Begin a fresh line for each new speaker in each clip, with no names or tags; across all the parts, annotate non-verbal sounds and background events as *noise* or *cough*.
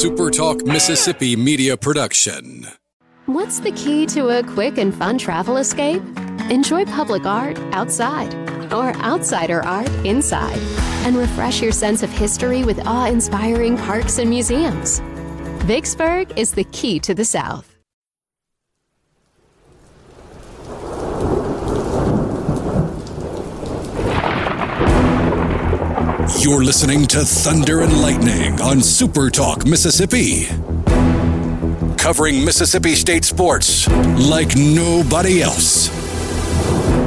SuperTalk Mississippi media production.
What's the key to a quick and fun travel escape? Enjoy public art outside or outsider art inside and refresh your sense of history with awe inspiring parks and museums. Vicksburg is the key to the South.
You're listening to Thunder and Lightning on Super Talk Mississippi. Covering Mississippi State sports like nobody else.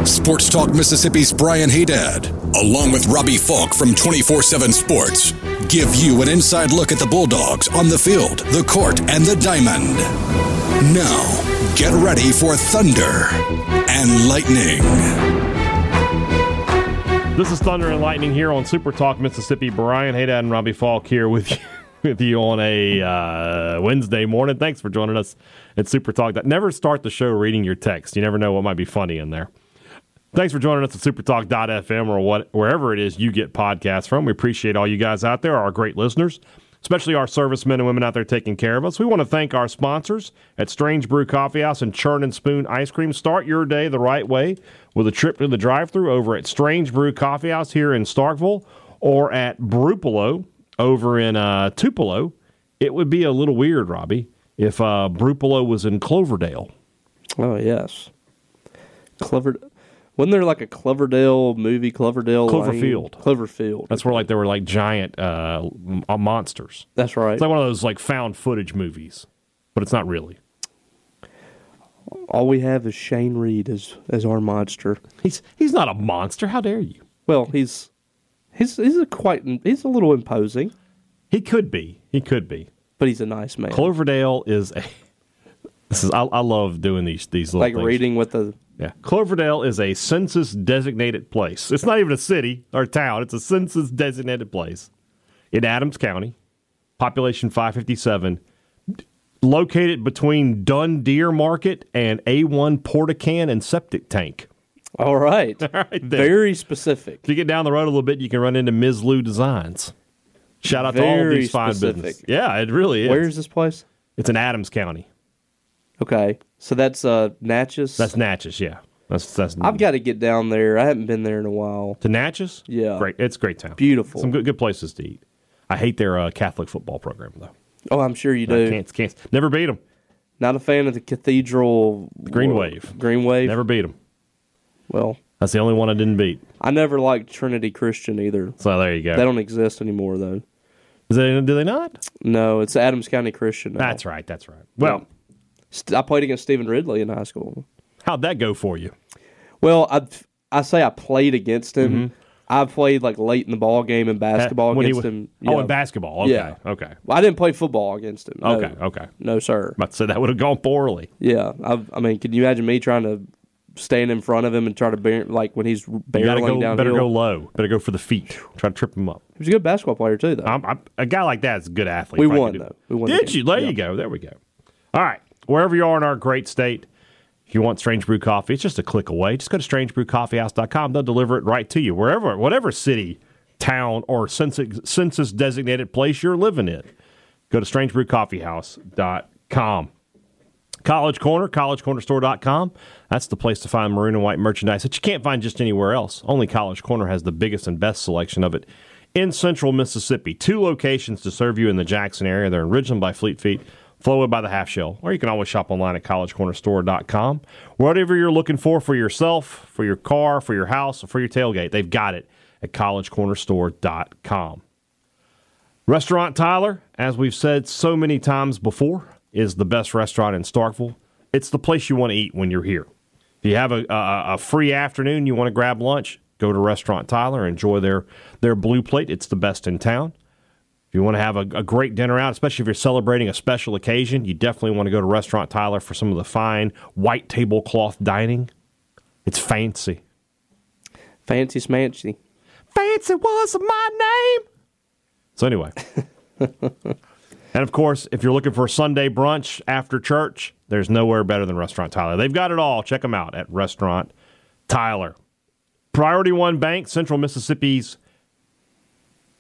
Sports Talk Mississippi's Brian Haydad, along with Robbie Falk from 24 7 Sports, give you an inside look at the Bulldogs on the field, the court, and the diamond. Now, get ready for Thunder and Lightning.
This is Thunder and Lightning here on Super Talk Mississippi. Brian Haydad and Robbie Falk here with *laughs* you, with you on a uh, Wednesday morning. Thanks for joining us at Super Talk. Never start the show reading your text. You never know what might be funny in there. Thanks for joining us at supertalk.fm or what, wherever it is you get podcasts from. We appreciate all you guys out there, our great listeners, especially our servicemen and women out there taking care of us. We want to thank our sponsors at Strange Brew Coffee House and Churn and Spoon Ice Cream. Start your day the right way with a trip to the drive thru over at Strange Brew Coffee House here in Starkville or at Brupolo over in uh, Tupelo. It would be a little weird, Robbie, if uh, Brupolo was in Cloverdale.
Oh yes, Clover. Wasn't there like a Cloverdale movie? Cloverdale, Lane?
Cloverfield.
Cloverfield.
That's where like there were like giant uh, m- uh, monsters.
That's right.
It's like one of those like found footage movies, but it's not really.
All we have is Shane Reed as as our monster.
He's he's not a monster. How dare you?
Well, he's he's he's a quite he's a little imposing,
He could be. He could be.
but he's a nice man.
Cloverdale is a. This is I, I love doing these these little
like
things.
reading with the
Yeah, Cloverdale is a census designated place. It's not even a city or town. It's a census designated place in Adams County, population five fifty seven, located between Dun Deer Market and A one Portacan and septic tank. *laughs*
all right,
right there.
very specific.
If you get down the road a little bit, you can run into Ms. Lou Designs. Shout out to all
Very
these fine
specific.
businesses. Yeah, it really is.
Where is this place?
it's in Adams County.
Okay, so that's uh Natchez.
That's Natchez. Yeah, that's that's.
I've got to get down there. I haven't been there in a while.
to Natchez.
Yeah.
great. It's a great town.
Beautiful.
Some good good places to eat. I hate their uh, Catholic football program though.
Oh, I'm sure you
I
do.
can't can't never beat them.
Not a fan of the Cathedral
Green
Wha-
Wave.
Green Wave.
Never beat them.
Well,
That's the only one I didn't beat.
I never liked Trinity Christian either.
So there you go.
They don't exist anymore though.
Is they, do they not?
No, it's Adams County Christian. Now.
That's right. That's right. Well,
St- I played against Stephen Ridley in high school.
how'd that go for you? Uh,
Well, I I say I played against him. I played like late in the ball game in basketball
Mm-hmm. When he
against
was-
him.
Oh,
Yeah.
in basketball. Okay.
Yeah.
Okay.
Well, I didn't play football against him. No.
Okay. Okay.
No, sir.
But so that would have gone poorly.
Yeah, I, I mean, can you imagine me trying to stand in front of him and try to bear, like when he's
You gotta
barreling
go.
down?
Better go low. Better go for the feet. Try to trip him up.
He was a good basketball player too, though.
I'm, I'm, a guy like that is a good athlete.
We
If I could
won,
do-
though. We won the
Did
game.
you? There you go. There we go. All right. Wherever you are in our great state, if you want Strange Brew Coffee, it's just a click away. Just go to strangebrewcoffeehouse.com. They'll deliver it right to you, wherever, whatever city, town, or census, census designated place you're living in. Go to strangebrewcoffeehouse.com. College Corner, collegecornerstore.com. That's the place to find maroon and white merchandise that you can't find just anywhere else. Only College Corner has the biggest and best selection of it in central Mississippi. Two locations to serve you in the Jackson area. They're in Ridgeland by Fleet Feet, Flowood by the Half Shell, or you can always shop online at collegecornerstore.com. Whatever you're looking for for yourself, for your car, for your house, or for your tailgate, they've got it at collegecornerstore.com. Restaurant Tyler, as we've said so many times before, is the best restaurant in Starkville. It's the place you want to eat when you're here. If you have a, a, a free afternoon, you want to grab lunch, go to Restaurant Tyler, enjoy their, their blue plate. It's the best in town. If you want to have a, a great dinner out, especially if you're celebrating a special occasion, you definitely want to go to Restaurant Tyler for some of the fine white tablecloth dining. It's fancy.
Fancy smancy.
Fancy was my name. So anyway. and of course, if you're looking for a Sunday brunch after church, there's nowhere better than Restaurant Tyler. They've got it all. Check them out at Restaurant Tyler. Priority One Bank, Central Mississippi's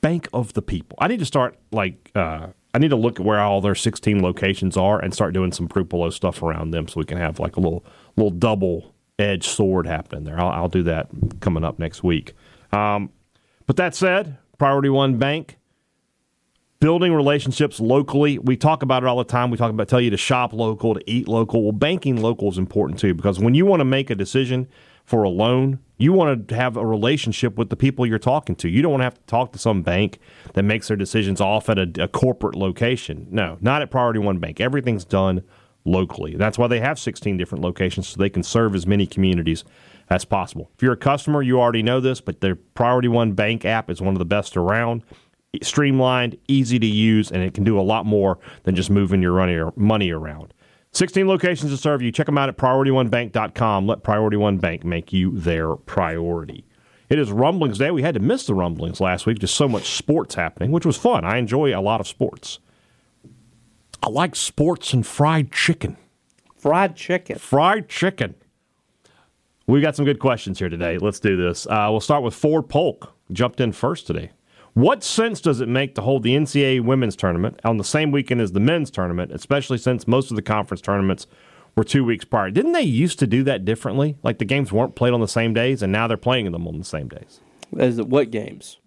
Bank of the People. I need to start like uh, I I need to look at where all their 16 locations are and start doing some Prupolo stuff around them so we can have like a little little double edged sword happening there. I'll, I'll do that coming up next week. Um, but that said, Priority One Bank, building relationships locally. We talk about it all the time. We talk about tell you to shop local, to eat local. Well, banking local is important too because when you want to make a decision for a loan, you want to have a relationship with the people you're talking to. You don't want to have to talk to some bank that makes their decisions off at a, a corporate location. No, not at Priority One Bank. Everything's done locally. That's why they have 16 different locations so they can serve as many communities as possible. If you're a customer, you already know this, but their Priority One Bank app is one of the best around. It's streamlined, easy to use, and it can do a lot more than just moving your money, money around. 16 locations to serve you. Check them out at priorityonebank.com. Let Priority One Bank make you their priority. It is Rumblings Day. We had to miss the Rumblings last week. Just so much sports happening, which was fun. I enjoy a lot of sports. I like sports and fried chicken.
Fried chicken.
Fried chicken. We got some good questions here today. Let's do this. Uh, we'll start with Ford Polk. Jumped in first today. What sense does it make to hold the NCAA women's tournament on the same weekend as the men's tournament, especially since most of the conference tournaments were two weeks prior? Didn't they used to do that differently? Like the games weren't played on the same days, and now they're playing them on the same days.
As it what games?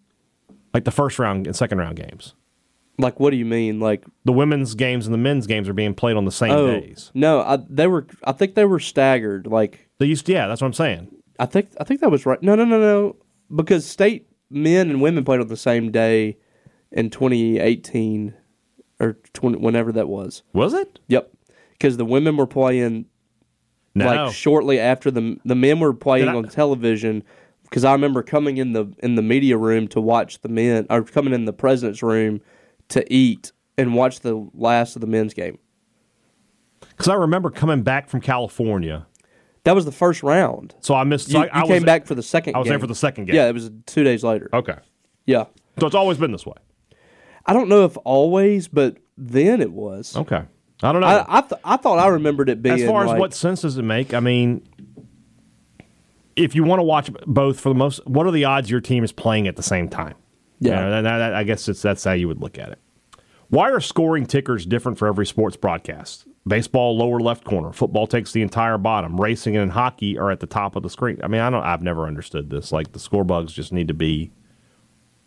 Like the first round and second round games.
Like what do you mean? Like
The women's games and the men's games are being played on the same
oh
days.
no, I, they were. I think they were staggered. Like
They used to, yeah, that's what I'm saying.
I think I think that was right. No, no, no, no. Because state men and women played on the same day in 2018 or 20, whenever that was.
Was it?
Yep. Because the women were playing
No.
like shortly after the the men were playing
Did I-
on television. Because I remember coming in the in the media room to watch the men, or coming in the president's room to eat and watch the last of the men's game.
Because I remember coming back from California.
That was the first round.
So I missed.
You,
so I, I
you
was-
came back for the second.
I was there
game.
for the second game.
Yeah, it was two days later.
Okay.
Yeah,
So it's always been this way.
I don't know if always, but then it was.
Okay. I don't know.
I I, th- I thought I remembered it being
as far as
like-
what sense does it make? I mean, if you want to watch both for the most, what are the odds your team is playing at the same time? You
Yeah.
know, that- that- I guess it's, that's how you would look at it. Why are scoring tickers different for every sports broadcast? Baseball lower left corner, football takes the entire bottom. Racing and hockey are at the top of the screen. I mean, I don't. I've never understood this. Like the score bugs just need to be.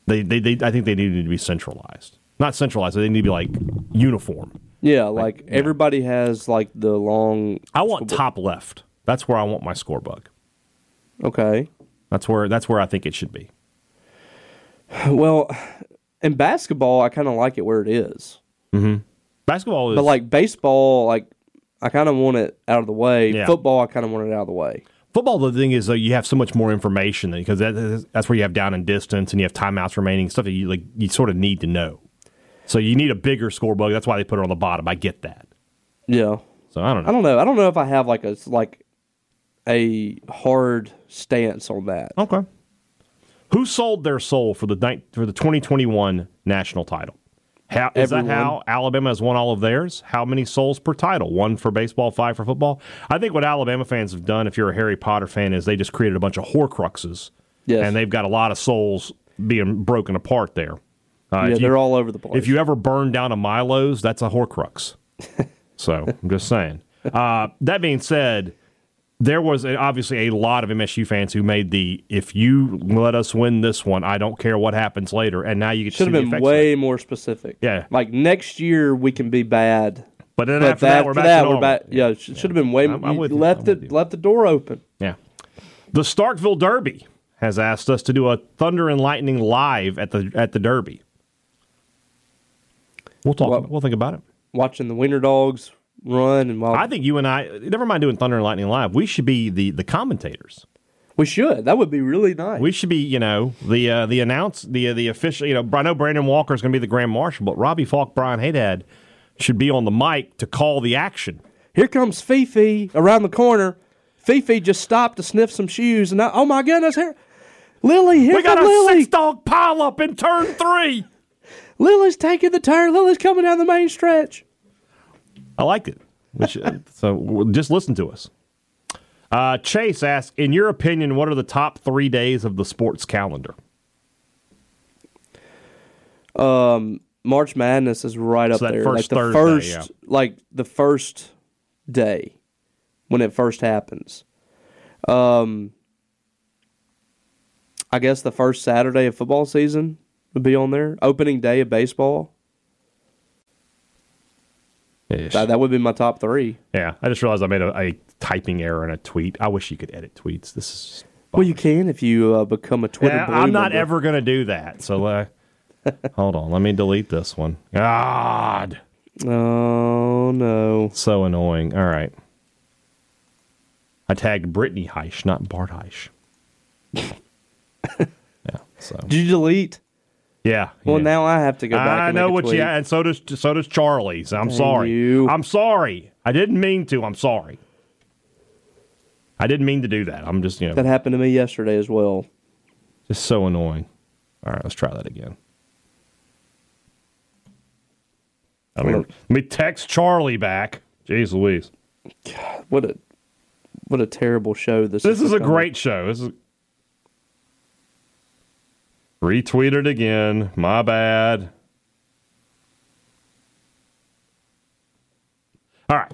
They, they, they I think they need to be centralized. Not centralized. They need to be like uniform.
Yeah, like, everybody has like the long.
I want top left. That's where I want my score bug.
Okay.
That's where that's where I think it should be.
Well, in basketball, I kind of like it where it is,
Basketball is
but like baseball, like I kind of want it out of the way.
Yeah.
Football, I kind of want it out of the way.
football. The thing is, though, you have so much more information because that, that's- that's where you have down and distance, and you have timeouts remaining stuff that you like. You sort of need to know. So you need a bigger score bug. That's why they put it on the bottom. I get that.
Yeah.
So I don't know.
I don't know. I don't know if I have like a like a hard stance on that.
okay. Who sold their soul for the ni- for the 2021 national title? How, is that
Everyone.
how Alabama has won all of theirs? How many souls per title? One for baseball, five for football. I think what Alabama fans have done, if you're a Harry Potter fan, is they just created a bunch of Horcruxes,
Yes.
and they've got a lot of souls being broken apart there. Uh,
yeah,
if you-
they're all over the place.
if you ever burn down a Milo's, that's a Horcrux. so I'm just saying. Uh, that being said, there was a, obviously a lot of MSU fans who made the "If you let us win this one, I don't care what happens later." And now you get to see
should have
the
been
effects of it.
way more specific.
Yeah.
Like next year, we can be bad.
But then
But
after that, we're back. to normal.
Yeah, it sh- should have been way.
I'm- I'm
you
with you.
left
I'm with
it.
you.
Left the door open.
Yeah. The Starkville Derby has asked us to do a Thunder and Lightning live at the at the Derby. We'll talk.
Well-
about- we'll think about it.
Watching the winter dogs run and while
I think you and I, never mind doing Thunder and Lightning live. We should be the the commentators.
we should. That would be really nice.
We should be, you know, the uh, the announce the the official. You know, I know Brandon Walker is going to be the grand marshal, but Robbie Falk, Brian Haydad should be on the mic to call the action.
Here comes Fifi around the corner. Fifi just stopped to sniff some shoes, and I, oh my goodness, here, Lily, here
We got a
comes Lily.
six dog pile up in turn three.
Lily's taking the turn. Lily's coming down the main stretch.
I liked it. We should- *laughs* so w- just listen to us. Uh, Chase asks, in your opinion, what are the top three days of the sports calendar?
Um, March Madness is right up
that
there.
first
like the
Thursday,
first,
yeah.
like the first day when it first happens. Um, I guess the first Saturday of football season would be on there. Opening day of baseball.
Ish.
That, that would be my top three.
Yeah, I just realized I made a, a typing error in a tweet. I wish you could edit tweets. This is
Well, you can if you uh, become a Twitter.
Yeah,
blue
I'm not
member.
ever going to do that. So uh, *laughs* hold on, let me delete this one. God,
Oh no.
so annoying. All right, I tagged Brittany Heish, not Bart
*laughs*
Heish. yeah. So
Did you delete?
yeah.
Well,
yeah.
now I have to go back.
I
and make
know
a
what
tweet.
you and so does so does Charlie's. I'm sorry.
you.
I'm sorry. I didn't mean to. I'm sorry. I didn't mean to do that. I'm just you know
That happened to me yesterday as well.
just so annoying. All right, let's try that again. I mean,
Well-
let me text Charlie back. Jeez Louise.
What a what a terrible show this.
This
is
is a
becoming.
great show. This is retweeted again. My bad. All right,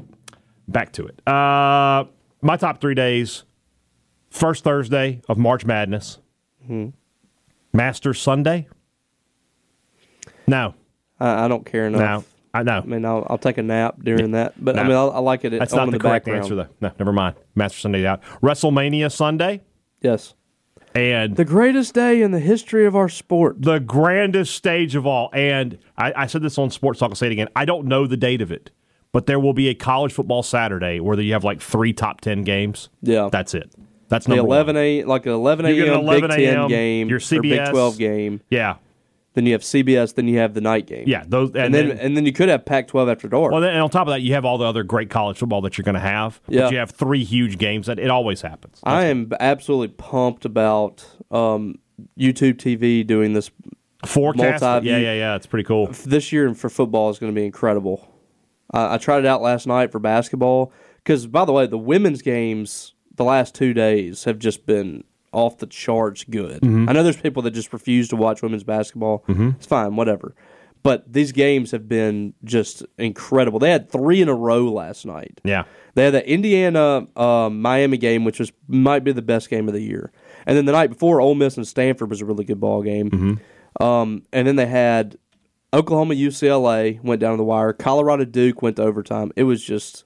back to it. Uh, my top three days: first Thursday of March Madness, Mm-hmm. Masters Sunday. No,
I, I don't care enough.
no, I know.
I mean, I'll, I'll take a nap during that, but I
No.
mean, I'll, I like it.
That's
on
not
in
the,
the,
correct
background.
answer, though. No, never mind. Masters Sunday out. WrestleMania Sunday
Yes,
and
the greatest day in the history of our sport.
the grandest stage of all. And I, I said this on Sports Talk. I'll say it again. I don't know the date of it, but there will be a college football Saturday where you have like three top ten games.
Yeah.
that's it. That's
The
number
eleven
One.
a like an eleven
You
a.m.
get an 11
Big Ten
a.m.,
game,
your
or Big
CBS.
Twelve game.
Yeah,
Then you have CBS. Then you have the night game.
yeah. Those and,
and,
then.
then, and then you could have Pac twelve after dark.
well, then, and on top of that, you have all the other great college football that you're going to have.
Yeah.
But you have three huge games. That it always happens.
I am absolutely pumped about um, YouTube TV doing this
Forecast.
multi-view-
Yeah, yeah, yeah. It's pretty cool.
this year for football is going to be incredible. I I tried it out last night for basketball because, by the way, the women's games the last two days have just been off the charts good. I know there's people that just refuse to watch women's basketball. It's fine, whatever. But these games have been just incredible. They had three in a row last night.
Yeah.
They had the Indiana uh, Miami game, which was might be the best game of the year. And then the night before, Ole Miss and Stanford was a really good ball game.
Mm-hmm.
Um, and then they had Oklahoma UCLA went down to the wire. Colorado Duke went to overtime. It was just,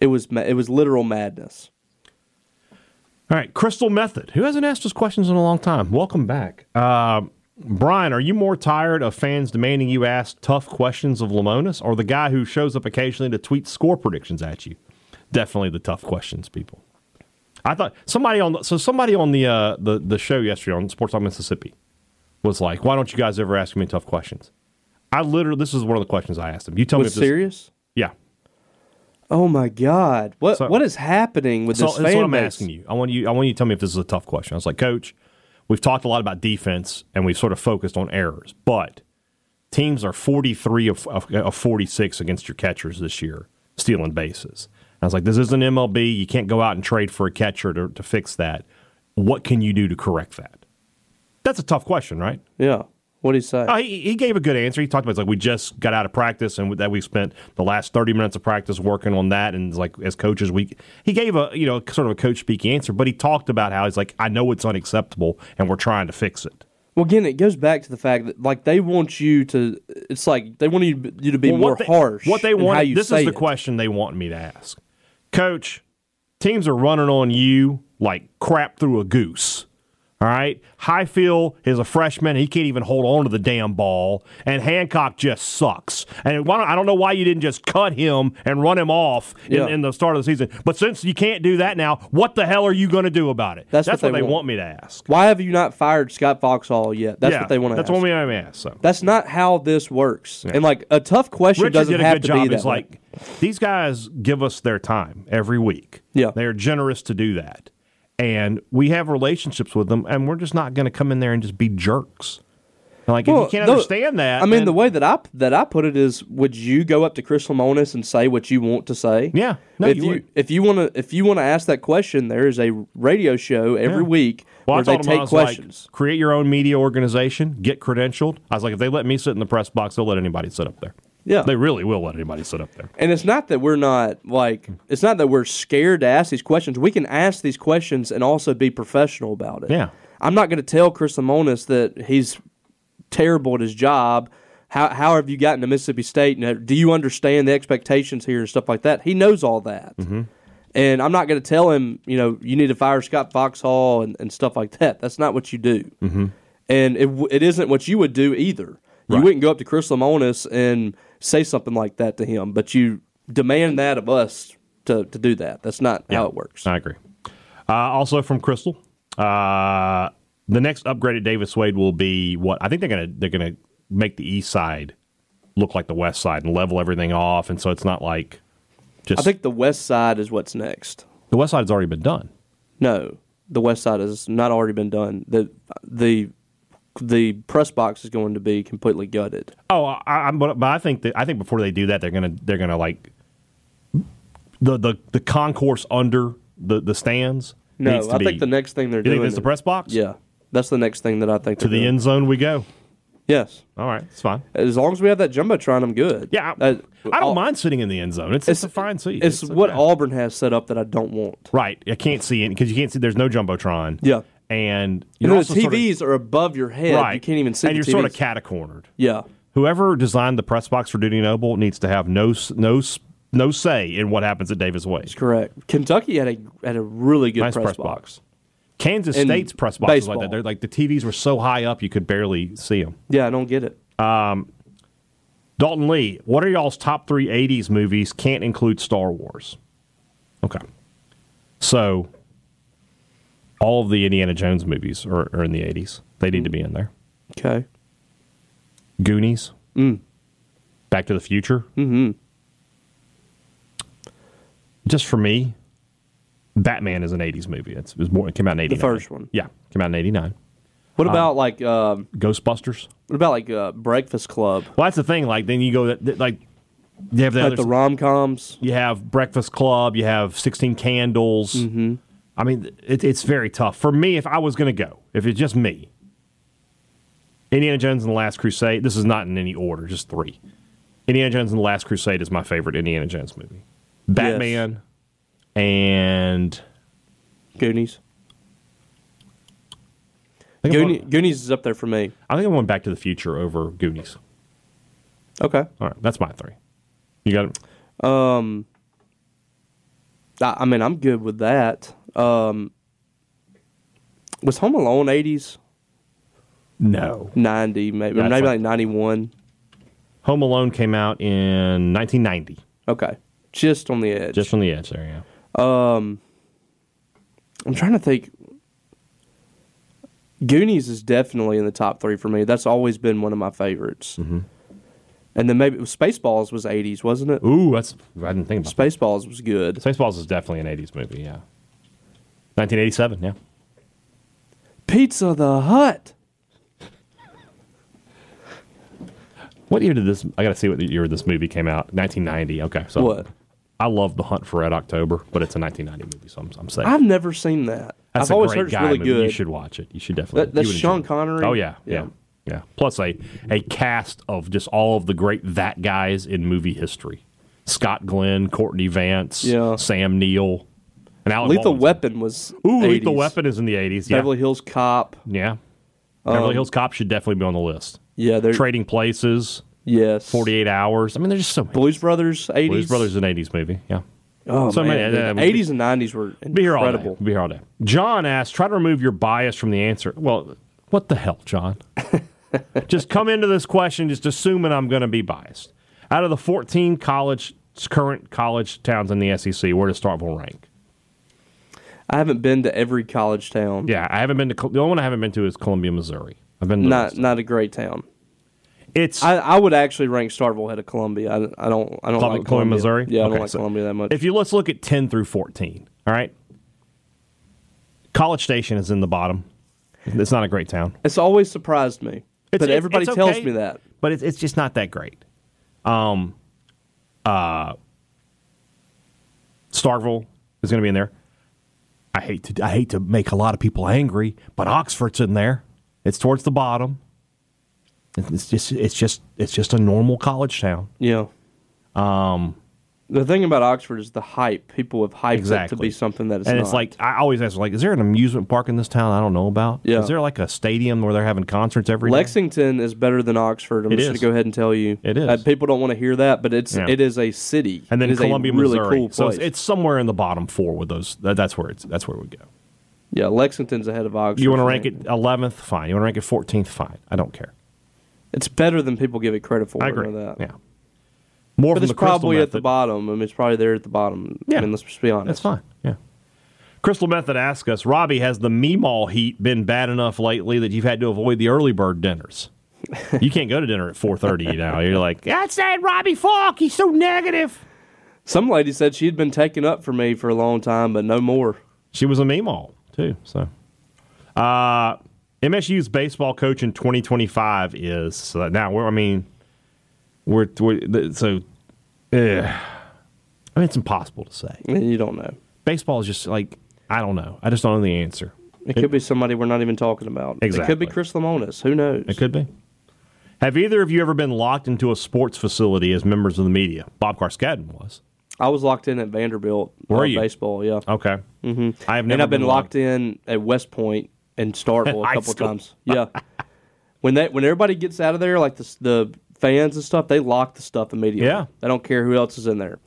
it was ma- it was literal madness.
All right, Crystal Method, who hasn't asked us questions in a long time. Welcome back. Uh, Brian, are you more tired of fans demanding you ask tough questions of Lamonis or the guy who shows up occasionally to tweet score predictions at you? Definitely the tough questions, people. I thought somebody on so somebody on the uh, the the show yesterday on Sports Talk Mississippi was like, "Why don't you guys ever ask me tough questions?" I literally this is one of the questions I asked him. You tell me
Was
if this,
serious?
yeah.
Oh my God! What
So-
what is happening with
So
this
that's
fan
what I'm
base?
asking you. I want you. I want you to tell me if this is a tough question. I was like, Coach, we've talked a lot about defense and we've sort of focused on errors, but teams are 43 of, of, of 46 against your catchers this year, stealing bases. I was like, this isn't MLB. You can't go out and trade for a catcher to, to fix that. What can you do to correct that? That's a tough question, right?
Yeah. What do you say?
Uh, he, he gave a good answer. He talked about it's like we just got out of practice and that we spent the last thirty minutes of practice working on that. And it's like as coaches, we he gave a you know sort of a coach speak answer, but he talked about how he's like I know it's unacceptable and we're trying to fix it.
Well, again, it goes back to the fact that like they want you to. It's like they want you you to be
Well,
more
what they,
harsh.
What they
in How you
want. This
say
is the
it.
question they want me to ask, Coach. Teams are running on you like crap through a goose. All right, Highfield is a freshman; he can't even hold on to the damn ball, and Hancock just sucks. And why don't, I don't know why you didn't just cut him and run him off in,
Yeah.
in the start of the season. But since you can't do that now, what the hell are you going to do about it?
That's what
what,
they
they
want.
want. me to ask.
Why have you not fired Scott Foxhall yet? That's
Yeah,
what they want to.
That's
ask.
what we I'm asked. So.
That's not how this works. And like a tough question
Richard
doesn't
did a
have
good
to
job.
be that.
It's
way.
like these guys give us their time every week.
Yeah.
they are generous to do that, and we have relationships with them, and we're just not going to come in there and just be jerks. Like
Well,
if you can't
the-
understand that,
I mean,
then-
the way that I that I put it is, would you go up to Chris Lamonis and say what you want to say?
Yeah. No,
if
you
you,
would.
if you want to if you want to ask that question, there is a radio show every
Yeah.
week
Well, I
where they
told them, I
take
was
questions.
like, create your own media organization, get credentialed. I was like, if they let me sit in the press box, they'll let anybody sit up there.
Yeah.
They really will let anybody sit up there.
and it's not that we're not like it's not that we're scared to ask these questions. We can ask these questions and also be professional about it.
Yeah.
I'm not going to tell Chris Lamonis that he's terrible at his job. How, how have you gotten to Mississippi State? And do you understand the expectations here and stuff like that? He knows all that. And I'm not going to tell him, you know, you need to fire Scott Foxhall and, and stuff like that. That's not what you do. Mm-hmm. And it, w- it isn't what you would do either. You wouldn't go up to Chris Lamonis and say something like that to him, but you demand that of us to, to do that. That's not how it works.
I agree. Uh, also from Crystal, uh, the next upgraded Davis Wade will be what I think they're gonna they're gonna make the east side look like the west side and level everything off, and so it's not like just
I think the west side is what's next.
the west side's already been done.
No, the west side has not already been done. The the the press box is going to be completely gutted.
Oh, I, I, but, but I think that I think before they do that, they're gonna they're gonna like the the the concourse under the the stands.
No,
needs to
I
be,
think the next thing they're
You
doing
think it's the
is-
press box?
Yeah, that's the next thing that I think
To the end zone we go.
Yes,
All right, it's fine.
as long as we have that jumbotron, I'm good.
Yeah, I,
Uh,
I don't
all-
mind sitting in the end zone. It's it's, a fine seat.
It's, what
okay.
Auburn has set up that I don't want.
Right. I can't see it because you can't see. There's no jumbotron.
Yeah.
And
You
you're
know,
also
the
sort of-
TVs are above your head.
right.
You can't even see.
And
the
you're sort of
TVs.
catacornered.
yeah.
Whoever designed the press box for Duty Noble needs to have no s- no s- no say in what happens at Davis Way.
Correct. Kentucky had a had a really good
Nice press, box. Kansas
And
State's press box is like
baseball.
that. They're like the TVs were so high up you could barely see them.
Yeah, I don't get it.
Dalton Lee, what are y'all's top three 80s movies can't include Star Wars? Okay. So, all of the Indiana Jones movies are, are in the 80s. They need to be in there.
Okay.
Goonies,
Mm.
Back to the Future. Mm-hmm. Just for me, Batman is an 80s movie. It's, it, was born, it came out in 89.
first one.
Yeah, came out in 89.
What about like um,
Ghostbusters.
what about like uh, Breakfast Club?
Well, that's the thing. Like, then you go that that- like you have the
Like
other,
the rom coms.
you have Breakfast Club, you have Sixteen Candles. I mean, it, it's very tough for me. If I was going to go, if it's just me, Indiana Jones and the Last Crusade. This is not in any order, just three. Indiana Jones and the Last Crusade is my favorite Indiana Jones movie. Batman and
Goonies.
I think,
Goonies,
I'm,
Goonies is up there for me.
I think I'm going Back to the Future over Goonies.
Okay.
All right, that's my three. You got it.
I, I mean, I'm good with that. Um, was Home Alone 80s?
No.
90, maybe.
That's
maybe
fine.
like 91.
Home Alone came out in 1990,
Okay. Just on the edge.
just on the edge there. Yeah.
I'm trying to think. Goonies is definitely in the top three for me. That's always been one of my favorites.
Mm-hmm.
And then maybe Spaceballs was 80s, wasn't it?
Ooh, that's I didn't think about. Space.
Spaceballs was good.
Spaceballs is definitely an '80s movie. Yeah, 1987. Yeah,
Pizza the Hut.
what year did this? I got to see what year this movie came out. 1990. Okay, so
What?
I love The Hunt for Red October, but it's a 1990 movie, so I'm, I'm safe.
I've never seen that.
that's
I've
a
always
great
heard it's
guy
really
movie.
good.
You should watch it. You should definitely.
That- that's
you would
Sean
enjoy it.
Connery?
Oh yeah, yeah,
Yeah.
yeah. Plus a a cast of just all of the great that guys in movie history: Scott Glenn, Courtney Vance,
Yeah.
Sam Neill, and Alec Baldwin's in
Lethal
it.
Weapon was
Ooh,
80s.
Lethal Weapon is in the 80s. Yeah.
Beverly Hills Cop.
Yeah.
Um,
Beverly Hills Cop should definitely be on the list.
Yeah, they're
Trading Places,
yes.
48 Hours. I mean, there's just so many.
Blues Brothers, 80s.
Blues Brothers is an 80s movie. Yeah.
Oh,
So
man.
many- yeah,
the
we'll be-
80s and 90s were
Be here all
incredible.
day. Be here all day. John asked, try to remove your bias from the answer. Well, what the hell,
*laughs*
John? just come into this question just assuming I'm going to be biased. Out of the 14 college current college towns in the SEC, where does Starkville rank?
I haven't been to every college town.
Yeah, I haven't been to Col- the only one I haven't been to is Columbia, Missouri. I've been to the
Not
rest.
not a great town.
it's
I, I would actually rank Starville ahead of Columbia. I, I don't I don't
Columbia,
like
Columbia,
Columbia,
Missouri.
Yeah, I don't
Okay,
like
so
Columbia that much.
If you let's look at ten through fourteen, all right. College Station is in the bottom. It's not a great town.
it's always surprised me. but
it-
everybody
it's
tells
okay,
me that.
But it's, it's just not that great. Um, uh, Starville is going to be in there. I hate to I hate to make a lot of people angry, but Oxford's in there. It's towards the bottom. It's just it's just it's just a normal college town.
Yeah. Um,
Um,
the thing about Oxford is the hype. People have hyped it to
Exactly.
be something that it's
and
not.
it's like I always ask, like, is there an amusement park in this town I don't know about?
Yeah.
Is there like a stadium where they're having concerts every day?
Lexington is better than Oxford. I'm
It
just
is.
going to go ahead and tell you.
It is.
Uh, people don't want to hear that, but it's
Yeah.
it is a city.
and then
It is a
Columbia,
really
Missouri.
cool
so
place.
it's, it's somewhere in the bottom four with those. That, that's where it's that's where we go.
yeah, Lexington's ahead of Oxford.
You want to
for
rank
me.
it eleventh? Fine. You want to rank it fourteenth? Fine. I don't care.
It's better than people give it credit for.
I agree.
know that.
Yeah. More
But
from
it's
the crystal
probably at the
method.
bottom. I mean, it's probably there at the bottom.
Yeah.
I mean, let's just be honest.
That's fine. Yeah. Crystal Method asks us, Robbie, has the Meemaw heat been bad enough lately that you've had to avoid the early bird dinners? *laughs* you can't go to dinner at 4.30 now. You're like, that's that Robbie Falk. He's so negative.
Some lady said she'd been taken up for me for a long time, but no more.
She was a Meemaw, too. So, uh, MSU's baseball coach in 2025 is, so now we're, I mean, we're, we're th- so, eh. I mean, it's impossible to say.
I mean, you don't know.
Baseball is just like, I don't know. I just don't know the answer.
It could be somebody we're not even talking about. It could
Exactly.
be Chris Lamonis. Who knows?
It could be. Have either of you ever been locked into a sports facility as members of the media? Bob Karskadin was.
I was locked in at Vanderbilt.
Were
uh,
you?
baseball? Yeah.
Okay. Mm-hmm. I have never
and I've been locked in at West Point
*laughs*
and Starkville
High
a couple
school.
times.
*laughs*
Yeah. when that when everybody gets out of there, like the s- the fans and stuff, they lock the stuff immediately.
Yeah.
They don't care who else is in there.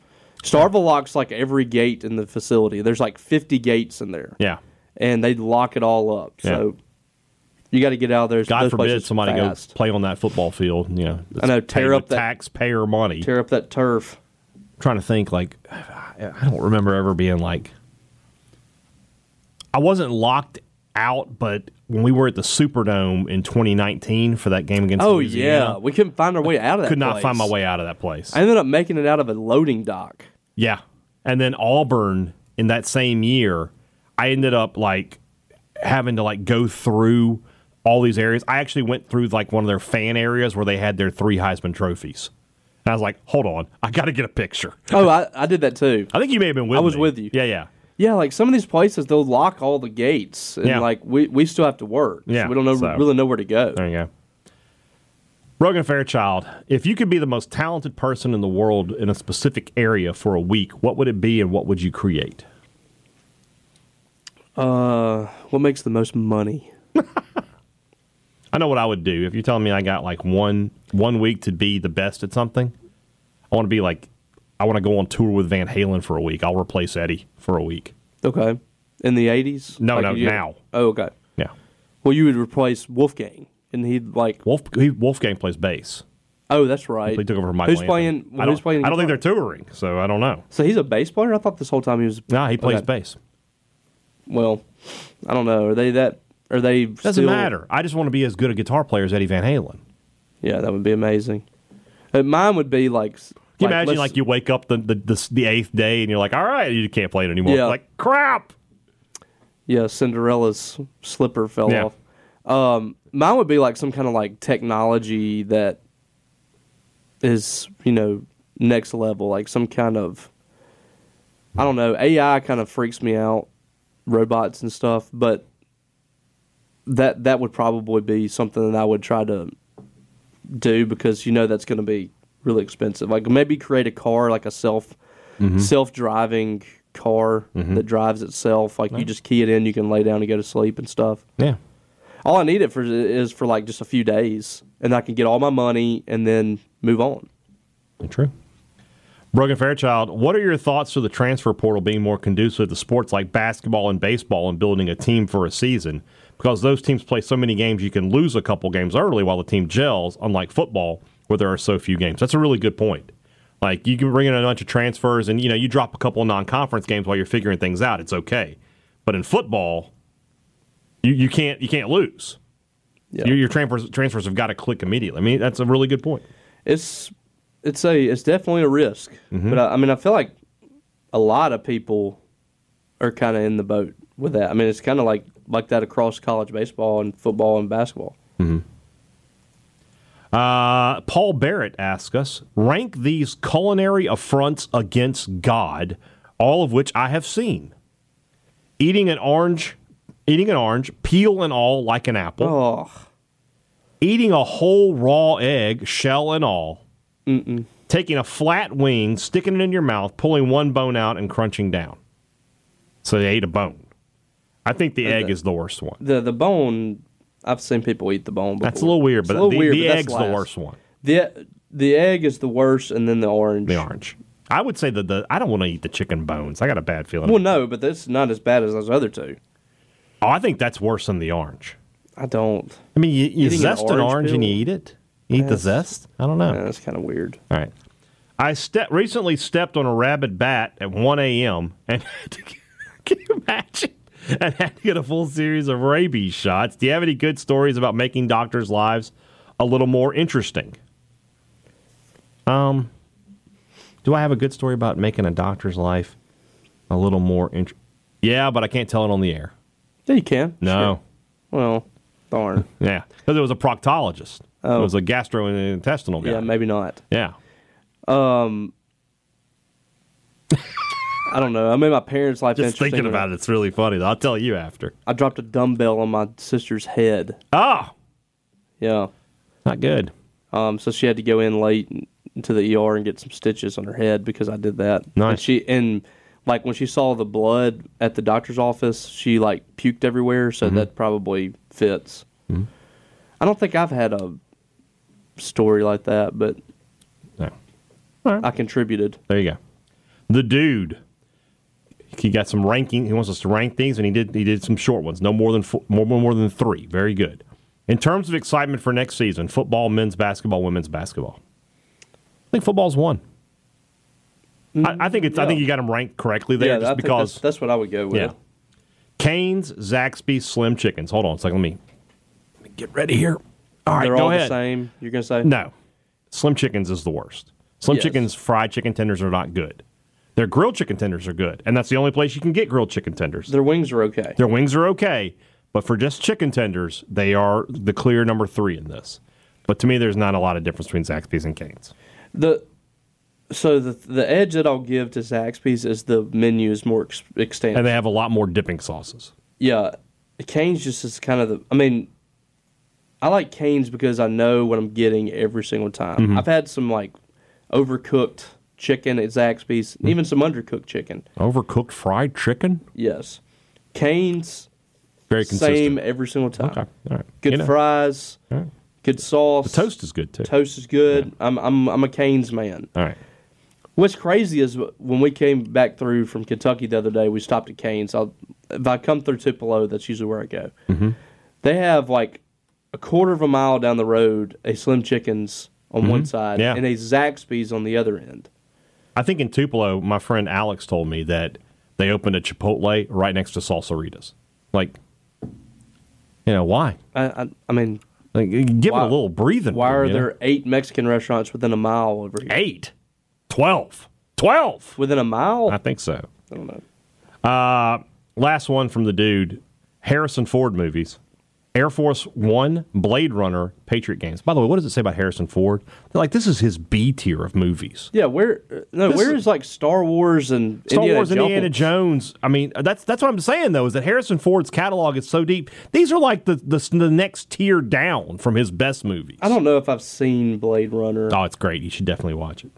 Starville locks like every gate in the facility. There's like 50 gates in there.
Yeah.
And they lock it all up. So you got to get out of there.
God
those
forbid
places
somebody
fast.
go play on that football field. You know,
I know,
it's
tear
paid
up
with
that-
taxpayer money.
tear up that turf.
trying to think like I I don't remember ever being like I wasn't locked out, but when we were at the Superdome in 2019 for that game against
Oh yeah,
Louisiana,
we couldn't find our way out of that.
could not
place.
find my way out of that place.
I ended up making it out of a loading dock.
Yeah. And then Auburn in that same year, I ended up like having to like go through all these areas. I actually went through like one of their fan areas where they had their three Heisman trophies. And I was like, hold on, I got to get a picture.
Oh, I, I did
*laughs*
that too.
I think you may have been with
I was
me.
with you.
Yeah, yeah.
Yeah, like some of these places they'll lock all the gates, and
Yeah.
like we, we still have to work.
Yeah,
so we don't know
so-
really know where to go.
There you go. Rogan Fairchild, if you could be the most talented person in the world in a specific area for a week, what would it be and what would you create?
What makes the most money?
I know what I would do. If you're telling me I got like one one week to be the best at something, I want to be like I want to go on tour with Van Halen for a week. I'll replace Eddie for a week.
Okay, in the eighties?
No, no, now.
Oh, okay.
Yeah.
Well, you would replace Wolfgang, and he'd like.
Wolf he, Wolfgang plays bass.
Oh, that's right.
They took over from Mike.
Who's
Lantham.
playing?
I
who's
don't,
playing?
I don't think
guitar?
they're touring, so I don't know.
So he's a bass player. I thought this whole time he was.
No, he plays
Okay.
bass.
Well, I don't know. Are they that? Are they?
Doesn't
still-
matter. I just want to be as good a guitar player as Eddie Van Halen.
Yeah, that would be amazing. Uh, mine would be like. s-
Can you imagine,
let's-
like you wake up the, the the the eighth day and you're like, all right, you can't play it anymore.
Yeah.
Like crap.
Yeah, Cinderella's slipper fell
Yeah.
off. Um, mine would be like some kind of like technology that is, you know, next level, like some kind of I don't know, AI kind of freaks me out, robots and stuff, but that that would probably be something that I would try to do because you know that's going to be really expensive. Like maybe create a car like a self self driving car that drives itself. Like you just key it in, you can lay down and go to sleep and stuff.
Yeah.
All I need it for is for like just a few days, and I can get all my money and then move on.
True. Brogan Fairchild, what are your thoughts to the transfer portal being more conducive to sports like basketball and baseball and building a team for a season? Because those teams play so many games, you can lose a couple games early while the team gels, unlike football, where there are so few games. That's a really good point. Like you can bring in a bunch of transfers and you know you drop a couple of non-conference games while you're figuring things out. It's okay, but in football, you, you can't you can't lose.
Yeah.
Your, your transfers transfers have got to click immediately. I mean that's a really good point.
It's it's a it's definitely a risk, but I, I mean I feel like a lot of people are kind of in the boat with that. I mean it's kind of like like that across college baseball and football and basketball.
Uh, Paul Barrett asks us rank these culinary affronts against God, all of which I have seen. Eating an orange, eating an orange, peel and all, like an apple.
Oh,
Eating a whole raw egg, shell and all. Taking a flat wing, sticking it in your mouth, pulling one bone out, and crunching down. So they ate a bone. I think the egg
Okay.
is the worst one.
the the bone. I've seen people eat the bone. Before.
That's a little weird,
It's a
but
little
the,
weird,
the
but that's
egg's the
last.
worst one.
The the egg is the worst, and then the orange.
The orange. I would say that the I don't want to eat the chicken bones. I got a bad feeling.
Well, no, but that's not as bad as those other two.
Oh, I think that's worse than the orange.
I don't.
I mean, you, you
Eating an
zest an
orange
orange and
peel?
you eat it. You eat the zest. I don't know.
Yeah, that's kind of weird.
All right. I ste- recently stepped on a rabid bat at 1 a.m. and *laughs* had to get- can you imagine? And had to get a full series of rabies shots. Do you have any good stories about making doctors' lives a little more interesting? Um, do I have a good story about making a doctor's life a little more interesting? Yeah, but I can't tell it on the air.
Yeah, you can.
No.
Sure. Well,
*laughs*
darn.
Yeah, because it was a proctologist. It was a gastrointestinal guy.
yeah, maybe not.
yeah.
I don't know. I made my parents' life
Just
interesting.
thinking about it, it's really funny. Though. I'll tell you after.
I dropped a dumbbell on my sister's head.
Oh,
Yeah.
not good.
Um, so she had to go in late to the ER and get some stitches on her head because I did that.
Nice.
And she and like when she saw the blood at the doctor's office, she like puked everywhere. So
Mm-hmm.
that probably fits. I don't think I've had a story like that, but
No.
I contributed.
There you go. The dude. He got some ranking. He wants us to rank things, and he did. He did some short ones. No more than four, more more than three. Very good. In terms of excitement for next season, football, men's basketball, women's basketball. I think football's one. I, I think it's. I think you got them ranked correctly there,
I
just
think
because.
that's, that's what I would go with.
Yeah. Canes, Zaxby, Slim Chickens. Hold on a second. Let me, let me get ready here. All right,
They're
go
all
ahead.
the same. You're gonna say
No, Slim Chickens is the worst. Slim
Yes.
Chickens fried chicken tenders are not good. Their grilled chicken tenders are good, and that's the only place you can get grilled chicken tenders.
Their wings are okay.
Their wings are okay, but for just chicken tenders, they are the clear number three in this. But to me, there's not a lot of difference between Zaxby's and Canes.
The so the the edge that I'll give to Zaxby's is the menu is more ex- extensive.
And they have a lot more dipping sauces.
yeah, Cane's just is kind of the. I mean, I like Cane's because I know what I'm getting every single time.
Mm-hmm.
I've had some like overcooked chicken at Zaxby's, and
Mm-hmm.
even some undercooked chicken.
Overcooked fried chicken?
Yes, Cane's
Very consistent.
same every single time.
Okay. All right.
Good
You know.
fries,
All right.
good sauce.
Toast is good, too.
Toast is good. I'm I'm I'm a Cane's man.
All right.
What's crazy is when we came back through from Kentucky the other day, we stopped at Canes. I'll, if I come through Tupelo, that's usually where I go. Mm-hmm. They have like a quarter of a mile down the road a Slim Chickens on one side
Mm-hmm. Yeah.
and a Zaxby's on the other end.
I think in Tupelo, my friend Alex told me that they opened a Chipotle right next to Salsaritas. Like, you know, why?
I I, I mean,
Like, give it
Why-
a little breathing.
why
room,
are
you know?
there eight Mexican restaurants within a mile over here?
eight? Twelve. Twelve.
Within a mile?
I think so. Uh,
I don't know.
Last one from the dude Harrison Ford movies Air Force One, Blade Runner, Patriot Games. By the way, what does it say about Harrison Ford? They're like, this is his B tier of movies.
Yeah, where uh, no,
This
where
is-
is like Star Wars and
Star
Indiana
Wars, Indiana Jones. I mean, that's that's what I'm saying though is that Harrison Ford's catalog is so deep. These are like the the, the next tier down from his best movies.
I don't know if I've seen Blade Runner.
Oh, it's great. You should definitely watch it.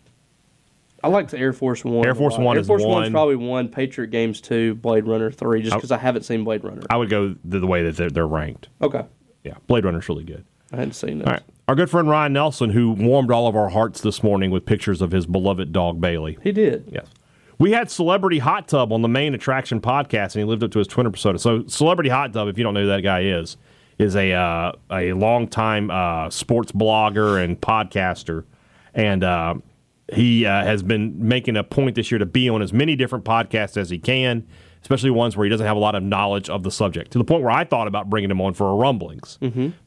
I liked Air Force One.
Air
a
Force
lot.
One
Air
is
Force One's
one.
probably one. Patriot Games two. Blade Runner three. Just because I, haven't seen Blade Runner.
I would go the, the way that they're, they're ranked.
okay,
Yeah, Blade Runner's really good.
I hadn't seen it.
All right. Our good friend Ryan Nelson, who warmed all of our hearts this morning with pictures of his beloved dog Bailey.
He did.
Yes. We had Celebrity Hot Tub on the main attraction podcast, and he lived up to his Twitter persona. So, Celebrity Hot Tub, if you don't know who that guy is, is a uh, a longtime uh, sports blogger and podcaster, and uh, he uh, has been making a point this year to be on as many different podcasts as he can, especially ones where he doesn't have a lot of knowledge of the subject. To the point where I thought about bringing him on for a rumblings,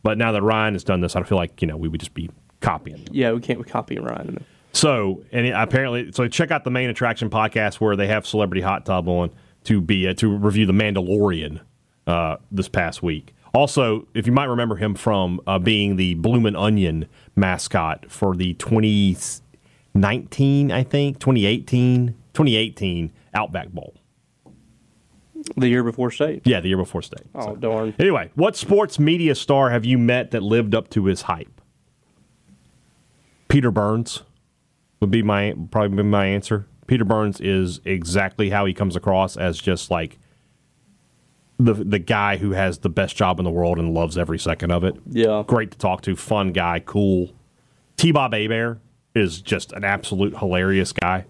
but now that Ryan has done this, I feel like you know we would just be copying.
Yeah, we can't copy Ryan.
So, and it, apparently, so check out the main attraction podcast where they have Celebrity Hot Tub on to be uh, to review the Mandalorian uh, this past week. Also, if you might remember him from uh, being the Bloomin' Onion mascot for the 2019, I think, 2018, 2018 Outback Bowl.
The year before state.
Yeah, the year before state.
Oh, darn.
Anyway, what sports media star have you met that lived up to his hype? Peter Burns would be my probably be my answer. Peter Burns is exactly how he comes across as just like the the guy who has the best job in the world and loves every second of it.
Yeah.
Great to talk to, fun guy, cool. T Bob Abear is just an absolute hilarious guy.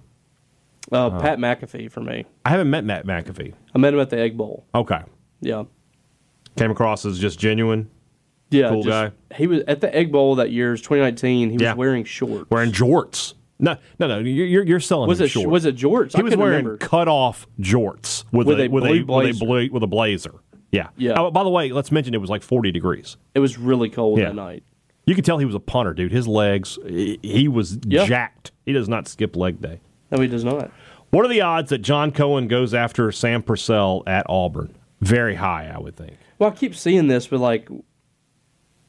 Uh,
uh-huh.
Pat McAfee for me.
I haven't met Matt McAfee.
I met him at the Egg Bowl.
Okay.
Yeah.
Came across as just genuine,
Yeah.
Cool
just- He was at the Egg Bowl that year, 2019. He was
Yeah.
wearing shorts.
wearing jorts. No, no, no. You're you're, you're selling
was
him
it
short.
was it jorts?
he
I
was
couldn't
wearing
remember.
cut off jorts with,
With
a,
a
with
blue
a with a
blazer.
blue, with a blazer. Yeah.
Yeah.
Oh, by the way, let's mention it was like 40 degrees.
It was really cold
Yeah.
that night.
You could tell he was a punter, dude. His legs, he he was
Yeah.
jacked. He does not skip leg day.
No, he does not.
What are the odds that John Cohen goes after Sam Purcell at Auburn? Very high, I would think.
Well, I keep seeing this, but like,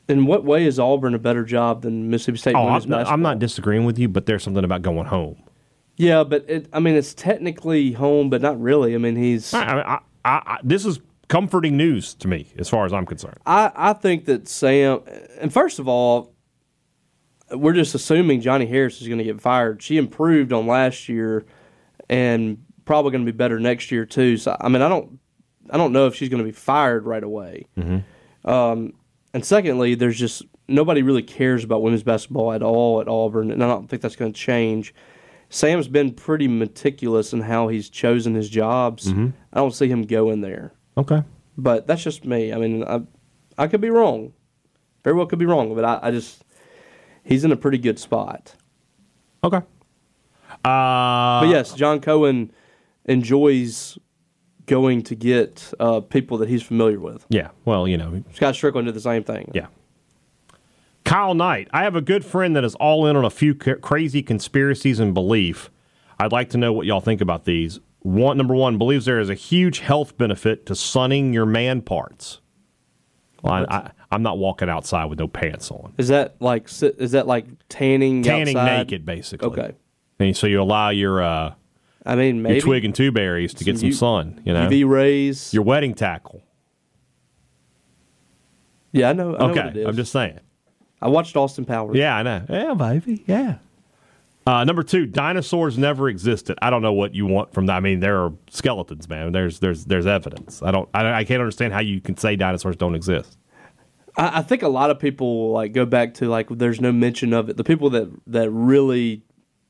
in what way is Auburn a better job than Mississippi State?
Oh,
women's
I'm not, I'm
basketball?
not disagreeing with you, but there's something about going home.
Yeah, but it, I mean, it's technically home, but not really. I mean, he's.
I, I, I, I, this is comforting news to me, as far as I'm concerned.
I, I think that Sam, and first of all, we're just assuming Johnny Harris is going to get fired. She improved on last year, and probably going to be better next year too. So I mean, I don't, I don't know if she's going to be fired right away. Um, and secondly, there's just nobody really cares about women's basketball at all at Auburn, and I don't think that's going to change. Sam's been pretty meticulous in how he's chosen his jobs. I don't see him going there
Okay.
but that's just me. I mean, I, I could be wrong, very well could be wrong, but I, I just he's in a pretty good spot.
Okay. Uh,
But yes, John Cohen enjoys going to get uh, people that he's familiar with.
yeah. Well, you know,
Scott Strickland did the same thing.
Yeah. Kyle Knight, I have a good friend that is all in on a few ca- crazy conspiracies and belief. I'd like to know what y'all think about these. One number one believes there is a huge health benefit to sunning your man parts. Well, I, I, I'm not walking outside with no pants on,
Is that like si- is that like tanning?
tanning
outside?
naked basically.
Okay.
and so you allow your uh,
I mean,
your
maybe
twig and two berries to get some
U-
sun. You know,
UV rays.
your wedding tackle.
yeah, I know. I know what it
Okay,
is.
I'm just saying.
I watched Austin Powers.
Yeah, I know. Yeah, baby. Yeah. Uh, number two, dinosaurs never existed. I don't know what you want from that. I mean, there are skeletons, man. There's there's there's evidence. I don't I, I can't understand how you can say dinosaurs don't exist.
I, I think a lot of people like go back to like there's no mention of it. The people that that really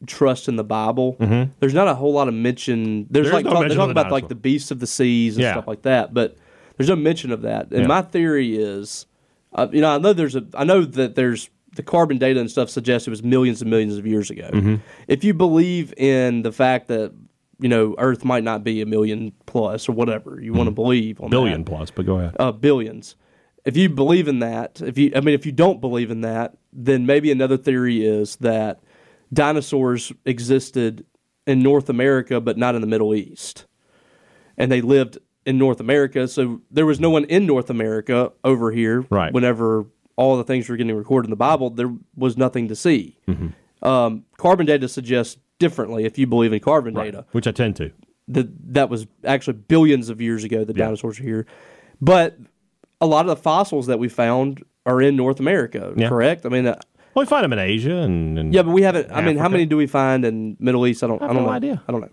trust in the Bible, there's not a whole lot of mention. There's,
Mm-hmm. There's
like
no
talk, they
mention
talk
of the
about like
dinosaur.
the beasts of the seas and
Yeah.
stuff like that, but there's no mention of that. And
Yeah.
my theory is, uh, you know, I know there's a, I know that there's the carbon data and stuff suggests it was millions and millions of years ago.
Mm-hmm.
If you believe in the fact that you know Earth might not be a million plus or whatever you want to believe on
Mm-hmm. Billion
that,
plus, but go ahead.
uh, billions. If you believe in that, if you, I mean, if you don't believe in that, then maybe another theory is that dinosaurs existed in North America, but not in the Middle East, and they lived in North America. So there was no one in North America over here.
Right.
Whenever all the things were getting recorded in the Bible, there was nothing to see. Um, carbon data suggests differently. If you believe in carbon data,
Which I tend to.
that that was actually billions of years ago the dinosaurs were here. But a lot of the fossils that we found are in North America,
Yeah.
correct? I mean, uh,
Well, we find them in Asia and, and
yeah, but we haven't. I mean, how
Africa.
many do we find in Middle East? I don't. I,
have
don't
no
know.
idea.
I don't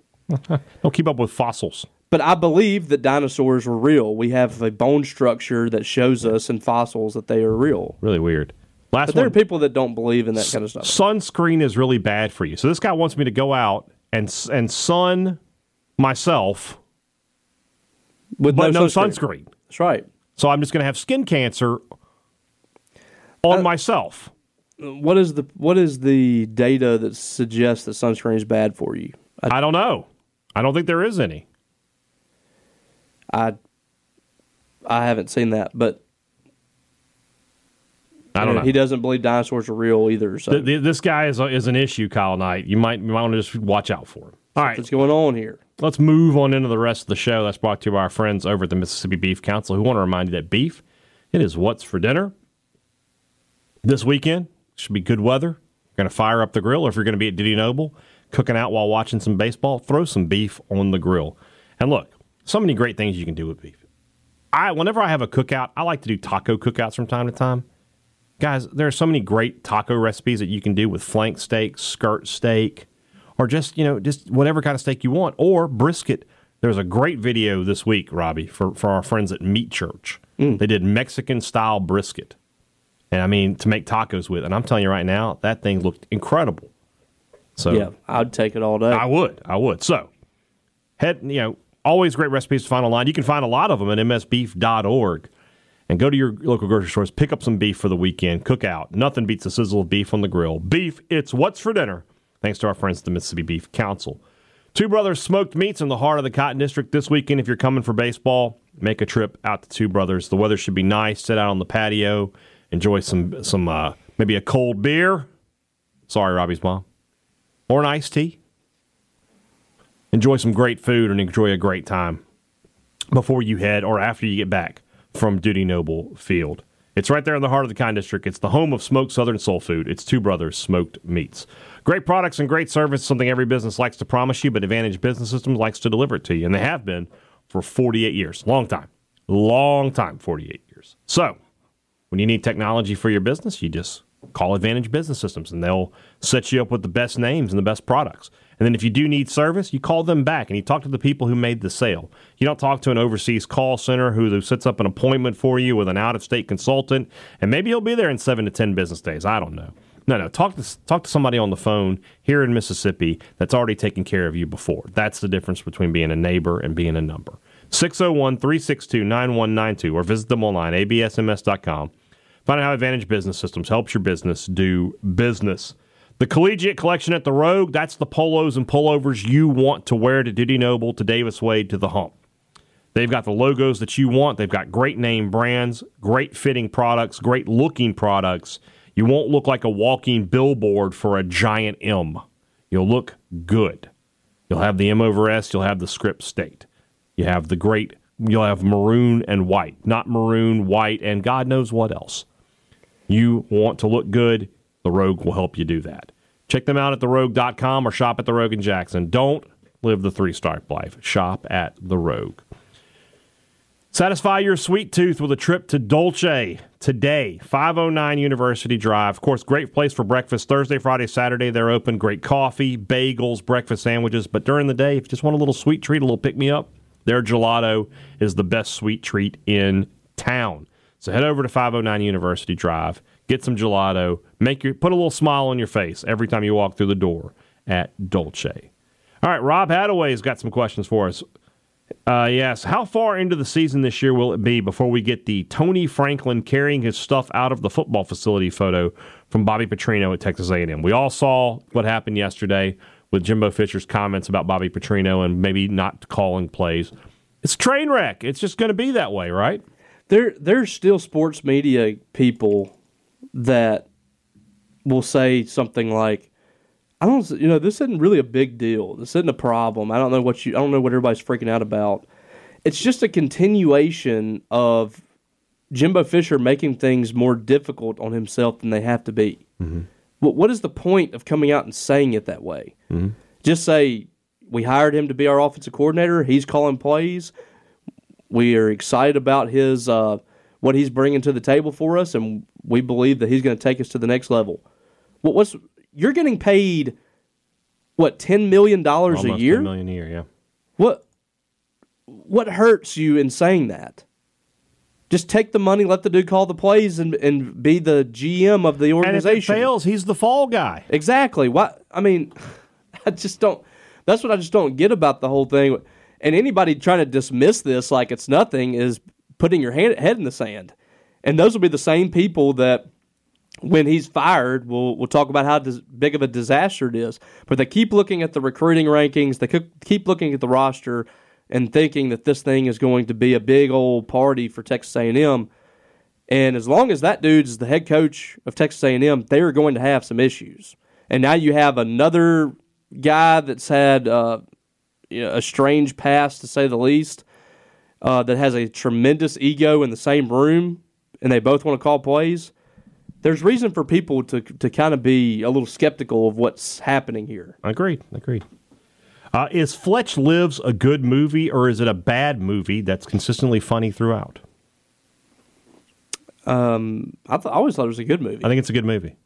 know.
don't keep up with fossils.
But I believe that dinosaurs were real. We have a bone structure that shows us in fossils that they are real.
Really weird. Last
But there
one.
are people that don't believe in that kind of stuff.
sunscreen is really bad for you. So this guy wants me to go out and s- and sun myself,
With
but no sunscreen.
That's right.
So I'm just going to have skin cancer on
Uh,
myself.
What is the what is the data that suggests that sunscreen is bad for you? I,
I don't know. I don't think there is any.
I I haven't seen that, but uh,
I don't know.
He doesn't believe dinosaurs are real either. So
Th- th- this guy is, a, is an issue, Kyle Knight. You might, you might want to just watch out for him. All right,
what's going on here?
let's move on into the rest of the show. That's brought to you by our friends over at the Mississippi Beef Council who want to remind you that beef It is what's for dinner this weekend. Should be good weather. You're going to fire up the grill, or if you're going to be at Diddy Noble cooking out while watching some baseball, throw some beef on the grill. And look, so many great things you can do with beef. I whenever I have a cookout, I like to do taco cookouts from time to time. Guys, there are so many great taco recipes that you can do with flank steak, skirt steak, or just, you know, just whatever kind of steak you want, or brisket. There's a great video this week, Robbie, for, for our friends at Meat Church. They did Mexican style brisket. And I mean, to make tacos with. And I'm telling you right now, that thing looked incredible. So
Yeah, I'd take it all day.
Oh. I would. I would. So, head, you know, always great recipes to find online. You can find a lot of them at msbeef.org and go to your local grocery stores, pick up some beef for the weekend, cook out. Nothing beats the sizzle of beef on the grill. Beef, it's what's for dinner. Thanks to our friends at the Mississippi Beef Council. Two Brothers Smoked Meats in the heart of the Cotton District this weekend. If you're coming for baseball, make a trip out to Two Brothers. The weather should be nice. Sit out on the patio, enjoy some some uh, maybe a cold beer. Sorry, Robbie's mom, or an iced tea enjoy some great food and enjoy a great time before you head or after you get back from Duty Noble Field. It's right there in the heart of the Kind District. It's the home of smoked Southern soul food. It's Two Brothers Smoked Meats. Great products and great service, something every business likes to promise you, but Advantage Business Systems likes to deliver it to you, and they have been for 48 years. Long time. Long time, 48 years. So, when you need technology for your business, you just call Advantage Business Systems and they'll set you up with the best names and the best products. And then if you do need service, you call them back and you talk to the people who made the sale. You don't talk to an overseas call center who sets up an appointment for you with an out of state consultant and maybe he'll be there in 7 to 10 business days. I don't know. No, no. Talk to talk to somebody on the phone here in Mississippi that's already taken care of you before. That's the difference between being a neighbor and being a number. 601-362-9192 or visit them online absms.com. Find out how Advantage Business Systems helps your business do business. The Collegiate Collection at the Rogue, that's the polos and pullovers you want to wear to Duty Noble, to Davis Wade, to the Hump. They've got the logos that you want. They've got great name brands, great fitting products, great looking products. You won't look like a walking billboard for a giant M. You'll look good. You'll have the M over S, you'll have the script state. You have the great, you'll have maroon and white, not maroon, white, and God knows what else. You want to look good, the Rogue will help you do that. Check them out at therogue.com or shop at the Rogue in Jackson. Don't live the three star life. Shop at the Rogue. Satisfy your sweet tooth with a trip to Dolce today, 509 University Drive. Of course, great place for breakfast Thursday, Friday, Saturday. They're open. Great coffee, bagels, breakfast sandwiches. But during the day, if you just want a little sweet treat, a little pick me up, their gelato is the best sweet treat in town. So head over to 509 University Drive, get some gelato, make your put a little smile on your face every time you walk through the door at Dolce. All right, Rob Hadaway's got some questions for us. Uh, yes. How far into the season this year will it be before we get the Tony Franklin carrying his stuff out of the football facility photo from Bobby Petrino at Texas A&M? We all saw what happened yesterday with Jimbo Fisher's comments about Bobby Petrino and maybe not calling plays. It's a train wreck. It's just going to be that way, right?
there there's still sports media people that will say something like I don't you know this isn't really a big deal. This isn't a problem. I don't know what you I don't know what everybody's freaking out about. It's just a continuation of Jimbo Fisher making things more difficult on himself than they have to be.
Mm-hmm.
What what is the point of coming out and saying it that way?
Mm-hmm.
Just say we hired him to be our offensive coordinator. He's calling plays we are excited about his uh, what he's bringing to the table for us, and we believe that he's going to take us to the next level. What, what's you're getting paid? What ten million dollars a
Almost
year?
a million a year, yeah.
What what hurts you in saying that? Just take the money, let the dude call the plays, and and be the GM of the
And if it
organization.
fails, he's the fall guy.
Exactly. Why? I mean, *laughs* I just don't. That's what I just don't get about the whole thing. And anybody trying to dismiss this like it's nothing is putting your hand, head in the sand. And those will be the same people that, when he's fired, will will talk about how dis- big of a disaster it is. But they keep looking at the recruiting rankings. They cook- keep looking at the roster and thinking that this thing is going to be a big old party for Texas A&M. And as long as that dude's the head coach of Texas A&M, they are going to have some issues. And now you have another guy that's had uh, you know, a strange past, to say the least, uh, that has a tremendous ego in the same room, and they both want to call plays, there's reason for people to to kind of be a little skeptical of what's happening here.
Agreed. Agreed. Uh, is Fletch Lives a good movie or is it a bad movie that's consistently funny throughout?
Um, I, th- I always thought it was a good movie.
I think it's a good movie.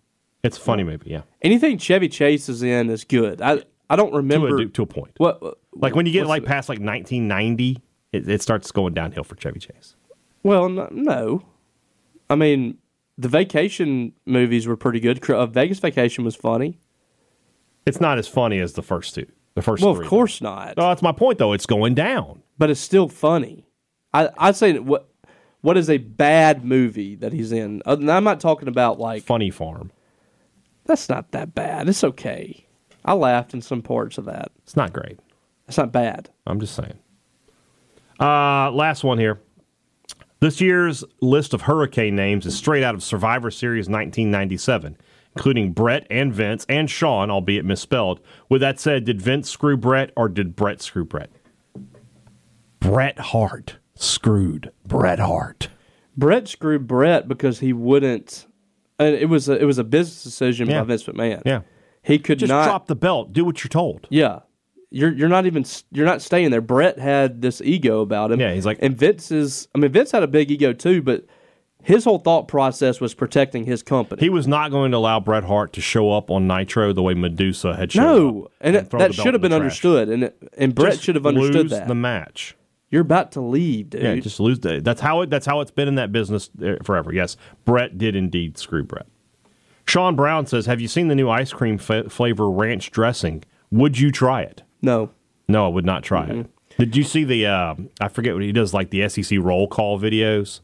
It's a funny movie, yeah.
Anything Chevy Chase is in is good. I I don't
To
remember
a, to a point.
what
Like when you get
what's
like
the-
past like 1990, it, it starts going downhill for Chevy Chase.
Well, n- no, I mean the vacation movies were pretty good. Cr- Uh, Vegas Vacation was funny.
It's not as funny as the first two. The first
Well,
three,
of
though.
course not,
No, that's my point though. It's going down.
but it's still funny. I I say that what what is a bad movie that he's in? Other than, I'm not talking about like
Funny Farm.
that's not that bad. It's okay. I laughed in some parts of that.
It's not great.
It's not bad.
I'm just saying. Uh, last one here. This year's list of hurricane names is straight out of Survivor Series 1997, including Brett and Vince and Sean, albeit misspelled. With that said, did Vince screw Brett or did Brett screw Brett? Bret Hart screwed Bret Hart.
Brett screwed Brett because he wouldn't. And it was a, it was a business decision
Yeah.
by Vince McMahon.
Yeah.
he could
Just
not.
drop the belt. Do what you're told.
Yeah, you're you're not even s- you're not staying there. Brett had this ego about him.
Yeah, he's like-
and Vince is. I mean, Vince had a big ego too, but his whole thought process was protecting his company.
He was not going to allow Bret Hart to show up on Nitro the way Medusa had shown
no,
up.
and, it,
throw
that
the belt
should
in
have
the
been
trash.
understood, and it- and Brett
Just
should have understood
lose
that.
the match.
you're about to leave, dude.
Yeah, just lose. The, that's how it. That's how it's been in that business uh, forever. Yes, Brett did indeed screw Brett. Sean Brown says, "Have you seen the new ice cream fa- flavor ranch dressing? Would you try it?
no,
No, I would not try it. Did you see the? Uh, I forget what he does, like the SEC roll call videos,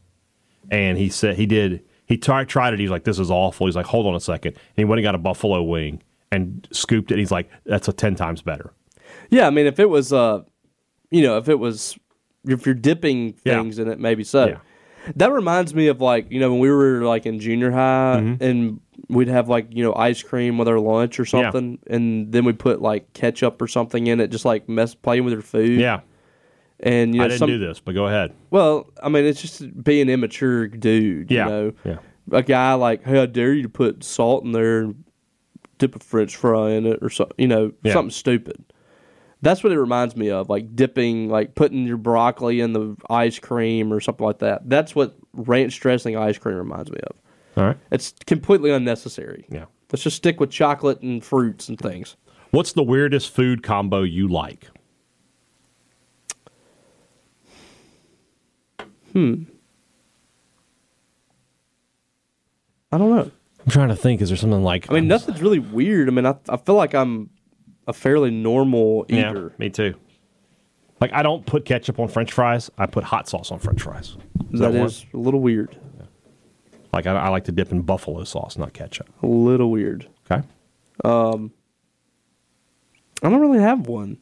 and he said he did. He tri- tried it. He's like, "This is awful." He's like, "Hold on a second. And he went and got a buffalo wing and scooped it. He's like, "That's a ten times better."
yeah. I mean, if it was uh, you know, if it was if you're dipping
Yeah.
things in it, maybe so.
Yeah.
That reminds me of like you know when we were like in junior high
Mm-hmm.
and we'd have like you know ice cream with our lunch or
Yeah.
something, and then we put like ketchup or something in it, just like mess playing with your food.
Yeah,
and you know
I didn't
some,
do this, but go ahead.
Well, I mean it's just being an immature dude.
Yeah,
you know?
yeah.
A guy like how dare you to put salt in there, and dip a French fry in it or something, you know
Yeah.
something stupid. That's what it reminds me of, like dipping, like putting your broccoli in the ice cream or something like that. That's what ranch dressing ice cream reminds me of.
All right.
It's completely unnecessary.
Yeah.
Let's just stick with chocolate and fruits and things.
What's the weirdest food combo you like?
I don't know.
I'm trying to think. Is there something like?
I mean, nothing's really weird. I mean, I, I feel like I'm a fairly normal
Yeah,
eater.
me too. Like I don't put ketchup on French fries. I put hot sauce on French fries.
that
one?
is a little weird.
Like I, I like to dip in buffalo sauce, not ketchup.
A little weird.
Okay.
I don't really have one.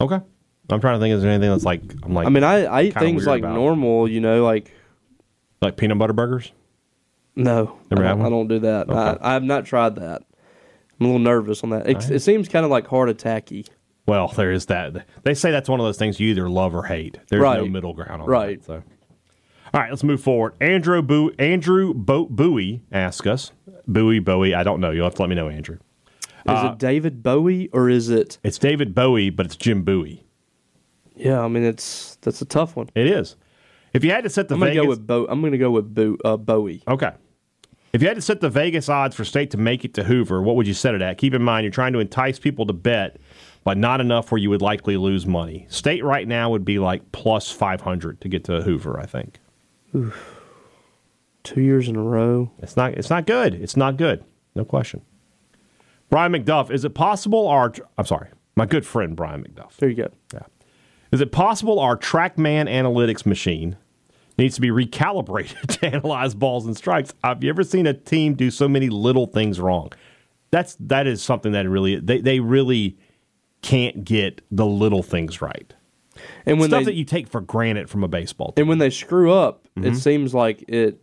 Okay. I'm trying to think. Is there anything that's like? I'm like.
I mean, I, I eat
kinda
things
weird
like
about-
normal, you know, like
like peanut butter burgers.
no, I
Never had
don't,
one?
I don't do that.
Okay.
I, I have not tried that. I'm a little nervous on that. It,
Alright.
it seems kind of like heart attacky.
Well, there is that. They say that's one of those things you either love or hate. There's no
Right.
middle ground on
Right.
that. So. All right, let's move forward. Andrew Boo Andrew Bo- Bowie asks us. Bowie, Bowie, I don't know. You'll have to let me know, Andrew.
Is
Uh,
it David Bowie or is it?
It's David Bowie, but it's Jim Bowie.
Yeah, I mean, it's that's a tough one.
It is. If you had to set the
I'm gonna
Vegas,
go with Bo. I'm gonna go with Bo, uh, Bowie.
okay. If you had to set the Vegas odds for state to make it to Hoover, what would you set it at? Keep in mind, you're trying to entice people to bet, but not enough where you would likely lose money. State right now would be like plus 500 to get to Hoover. I think
Two years in a row.
it's not. It's not good. It's not good. No question. Brian McDuff, is it possible our? I'm sorry, my good friend Brian McDuff.
There you go.
Yeah. Is it possible our TrackMan analytics machine needs to be recalibrated *laughs* to analyze balls and strikes? Have you ever seen a team do so many little things wrong? That's that is something that really they, they really can't get the little things right.
And when
Stuff
they
that you take for granted from a baseball team.
and when they screw up, it seems like it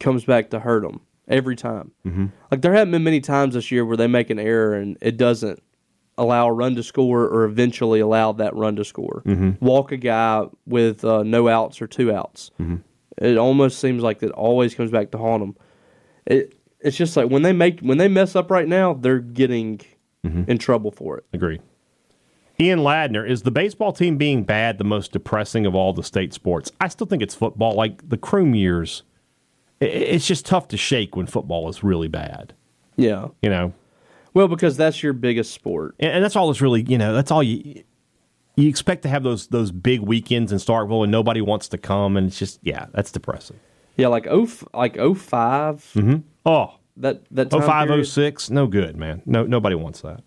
comes back to hurt them every time. Mm-hmm. Like there haven't been many times this year where they make an error and it doesn't allow a run to score or eventually allow that run to score. Walk a guy with uh, no outs or two outs. It almost seems like it always comes back to haunt them. It it's just like when they make when they mess up right now, they're getting in trouble for it.
Agree. Ian Ladner, is the baseball team being bad the most depressing of all the state sports? I still think it's football. Like the Croom years, i- i- it's just tough to shake when football is really bad,
Yeah.
you know?
Well, because that's your biggest sport.
And, and that's all it's really, you know, that's all you. You expect to have those those big weekends in Starkville, and nobody wants to come, and it's just yeah, that's depressing.
Yeah, like oh f- like oh five,
Oh,
that that
Oh
time
five oh
period.
six, no good, man. No, nobody wants that.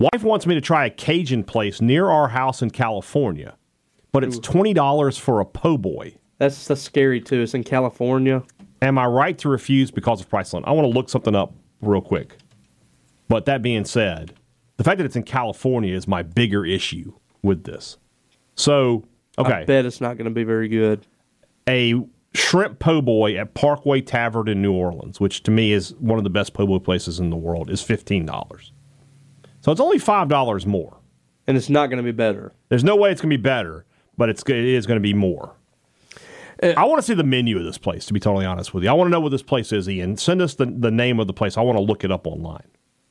Wife wants me to try a Cajun place near our house in California, but it's twenty dollars for a po' boy.
That's that's scary too. It's in California.
Am I right to refuse because of price alone? I want to look something up real quick. But that being said, the fact that it's in California is my bigger issue with this. So,
I
okay,
bet it's not going to be very good.
a shrimp po' boy at Parkway Tavern in New Orleans, which to me is one of the best po' boy places in the world, is fifteen dollars. So it's only five dollars more.
and it's not going to be better.
There's no way it's going to be better, but it's go- it is going to be more. I want to see the menu of this place. To be totally honest with you, I want to know what this place is. Ian, send us the, the name of the place. I want to look it up online.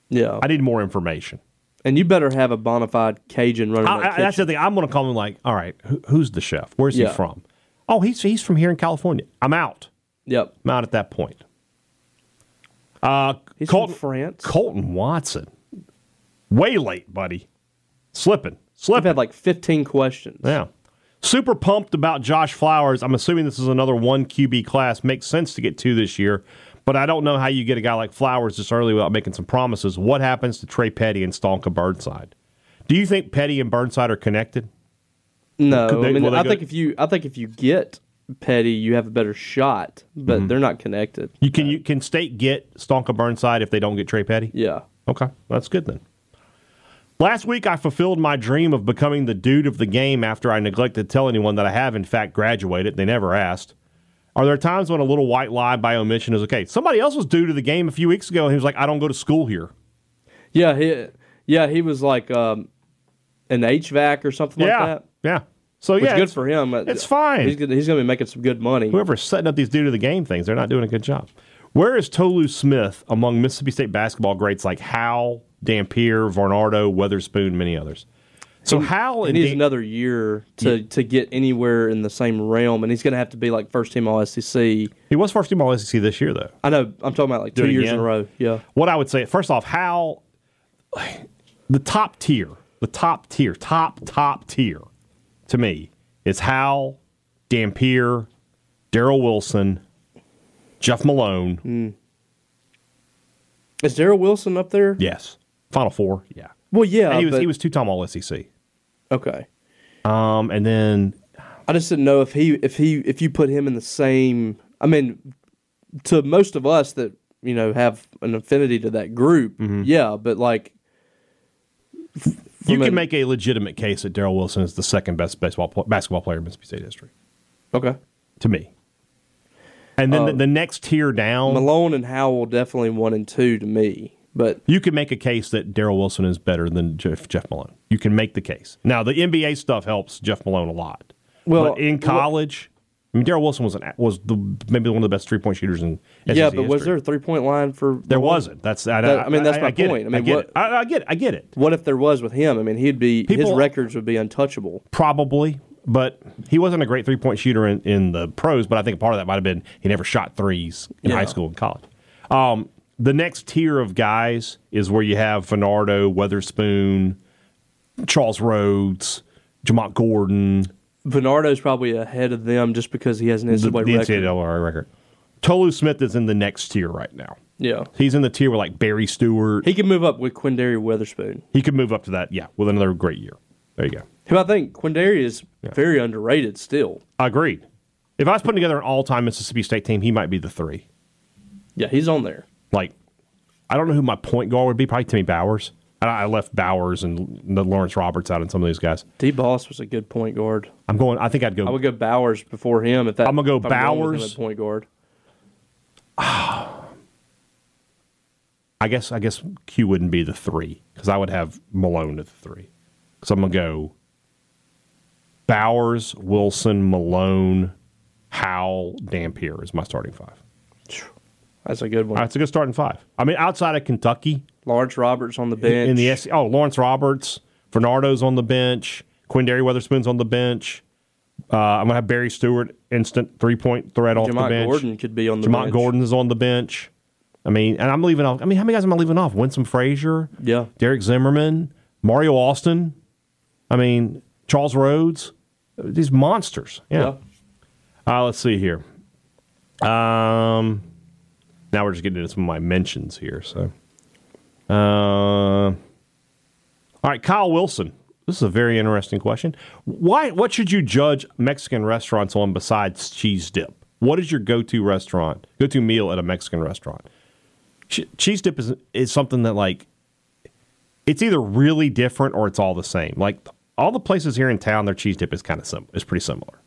Yeah,
I need more information.
and you better have a bona fide Cajun running.
I,
that
I, that's the
kitchen.
thing. I'm going to call him like, all right, who, who's the chef? Where's
Yeah.
he from? Oh, he's he's from here in California. I'm out.
yep.
I'm out at that point. Uh,
He's
Colton,
from France.
Colton Watson, way late, buddy. Slipping,
I've
slipping.
had like 15 questions.
Yeah. Super pumped about Josh Flowers. I'm assuming this is another one QB class. Makes sense to get two this year, but I don't know how you get a guy like Flowers this early without making some promises. What happens to Trey Petty and Stonka Burnside? Do you think Petty and Burnside are connected?
No,
Could they-
I mean,
will they
I
go-
think if you, I think if you get Petty, you have a better shot, but
Mm-hmm.
they're not connected.
You can you can state get Stonka Burnside if they don't get Trey Petty?
Yeah,
Okay, that's good then. Last week, I fulfilled my dream of becoming the dude of the game after I neglected to tell anyone that I have, in fact, graduated. They never asked. Are there times when a little white lie by omission is okay? Somebody else was dude of the game a few weeks ago, and he was like, I don't go to school here.
yeah, he, yeah, he was like um, an HVAC or something
yeah.
like that.
Yeah. So,
Which
yeah.
good
it's-
for him.
it's fine.
He's gonna, he's going to be making some good money.
Whoever's setting up these dude of the game things, they're not doing a good job. Where is Tolu Smith among Mississippi State basketball greats like Howell, Dampier, Varnardo, Weatherspoon, many others? So, Howell
He
and
needs
Dan-
another year to, to get anywhere in the same realm, and he's going to have to be like first team All SEC.
he was first team All SEC this year, though.
I know. I'm talking about like
Do
two
it
years
again?
in a row. Yeah.
what I would say, first off, how the top tier, the top tier, top, top tier to me is Hal, Dampier, Daryl Wilson, Jeff Malone.
Is Daryl Wilson up there?
Yes. Final four. Yeah.
Well, yeah.
and he was,
Uh, but-
he was two time All SEC.
okay.
Um, and then
I just didn't know if he if he if you put him in the same. I mean, to most of us that you know have an affinity to that group, yeah. But like,
Mm-hmm. you
From
can
a-
make a legitimate case that Daryl Wilson is the second best baseball pl- basketball player in Mississippi State history
okay,
to me. And then the, the next tier down,
Malone and Howell definitely one and two to me. But
You can make a case that Daryl Wilson is better than Jeff, Jeff Malone. You can make the case. Now, the NBA stuff helps Jeff Malone a lot.
Well,
but in college, I mean, Daryl Wilson was an, was the, maybe one of the best three point shooters in SEC
yeah, but was
history.
there a three point line for?
There wasn't. That's I,
That- I mean, that's my
get it.
point. I mean,
get
what-
it. I, I get it. I get it.
What if there was with him? I mean, he'd be his
People-
records would be untouchable.
Probably, but he wasn't a great three point shooter in, in the pros. But I think part of that might have been he never shot threes in
Yeah.
high school and college. Um, the next tier of guys is where you have Fernardo, Weatherspoon, Charles Rhodes, Jamont Gordon,
Bernardo's probably ahead of them just because he has an
the, the
NCAA record.
NCAA record. Tolu Smith is in the next tier right now.
Yeah.
He's in the tier with like Barry Stewart.
He could move up with Quindary Weatherspoon,
He could move up to that, yeah, with another great year. There you go.
who I think Quindary is very underrated still.
Agreed. If I was putting together an all time Mississippi State team, he might be the three.
Yeah, he's on there.
like I don't know who my point guard would be. Probably Timmy Bowers. I, I left Bowers and the Lawrence Roberts out and some of these guys.
D. Boss was a good point guard.
I'm going. I think I'd
I
go.
would go Bowers before him. If that,
I'm gonna go
if going with him
Bowers.
at point guard. *sniffs*
I guess. I guess Q wouldn't be the three because I would have Malone at the three. Because I'm gonna go Bowers, Wilson, Malone, Howell Dampier is my starting five.
That's a good one.
That's a good starting five. I mean, outside of Kentucky,
Lawrence Roberts on the bench.
in the S- oh Lawrence Roberts, Fernando's on the bench, Quindary Weatherspoon's on the bench. Uh, I'm gonna have Barry Stewart instant three point threat off the
Jamont
bench.
Gordon could be on the
Jamont
bench.
Gordon is on the bench. I mean, and I'm leaving off. I mean, how many guys am I leaving off? Winsome Frazier,
Yeah.
Derek Zimmerman, Mario Austin. I mean, Charles Rhodes. These monsters.
Yeah.
Yeah. Uh, let's see here. Um, now we're just getting into some of my mentions here. So, uh, all right, Kyle Wilson. This is a very interesting question. Why? What should you judge Mexican restaurants on besides cheese dip? What is your go-to restaurant, go-to meal at a Mexican restaurant? Che- cheese dip is is something that like it's either really different or it's all the same. Like all the places here in town, their cheese dip is kind of sim- is pretty similar.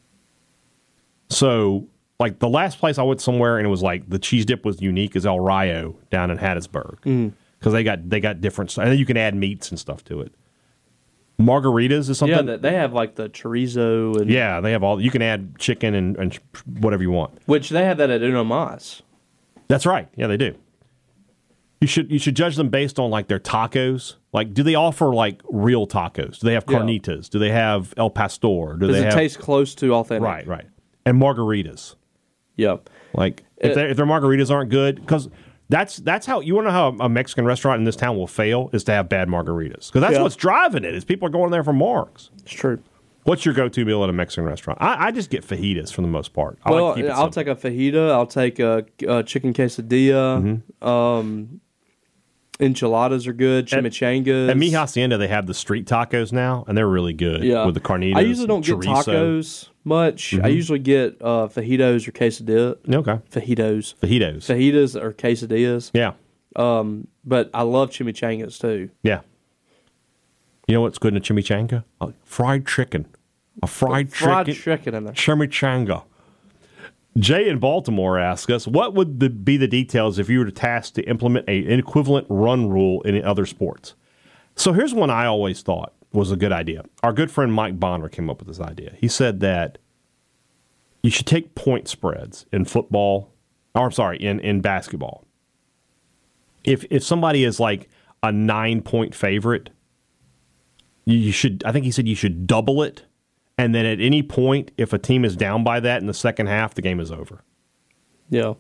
So, like the last place I went somewhere and it was like the cheese dip was unique is El Rio down in Hattiesburg because they got they got different and then you can add meats and stuff to it. Margaritas is something.
Yeah, they- they have like the chorizo and
yeah, they have all. You can add chicken and, and whatever you want.
which they have that at Uno Mas.
That's right. Yeah, they do. You should you should judge them based on like their tacos. Like, do they offer like real tacos? Do they have
Yeah.
carnitas? Do they have El Pastor? Do
Does
they
it
have
taste close to authentic?
right, right, and margaritas?
Yep.
Like if,
Uh,
their if their margaritas aren't good, because that's that's how you want to know how a Mexican restaurant in this town will fail is to have bad margaritas because that's
Yeah.
what's driving it is people are going there for margs.
It's true.
What's your go-to meal at a Mexican restaurant? I, I just get fajitas for the most part. I
well,
like to keep it
I'll
simple.
take a fajita. I'll take a, a chicken quesadilla. Um, enchiladas are good.
Mm-hmm. At-
Chimichangas.
At Mi Hacienda, they have the street tacos now, and they're really good.
Yeah.
with the carnitas.
I usually don't
and
get
chorizo. Mm-hmm.
tacos much. I usually get uh, fajitos or quesadillas.
Okay,
Fajitos.
fajitas.
Fajitas or quesadillas. Um,
yeah,
But I love chimichangas too.
yeah. You know what's good in a chimichanga? A fried chicken. A fried,
Fried
chicken.
chicken in there.
Chimichanga. Jay in Baltimore asks us, what would the, be the details if you were tasked to implement a, an equivalent run rule in other sports? So here's one I always thought was a good idea. Our good friend Mike Bonner came up with this idea. He said that you should take point spreads in football, or I'm sorry, in, in basketball. If if somebody is like a nine point favorite, you- you should I think he said you should double it and then at any point if a team is down by that in the second half the game is over.
Yeah.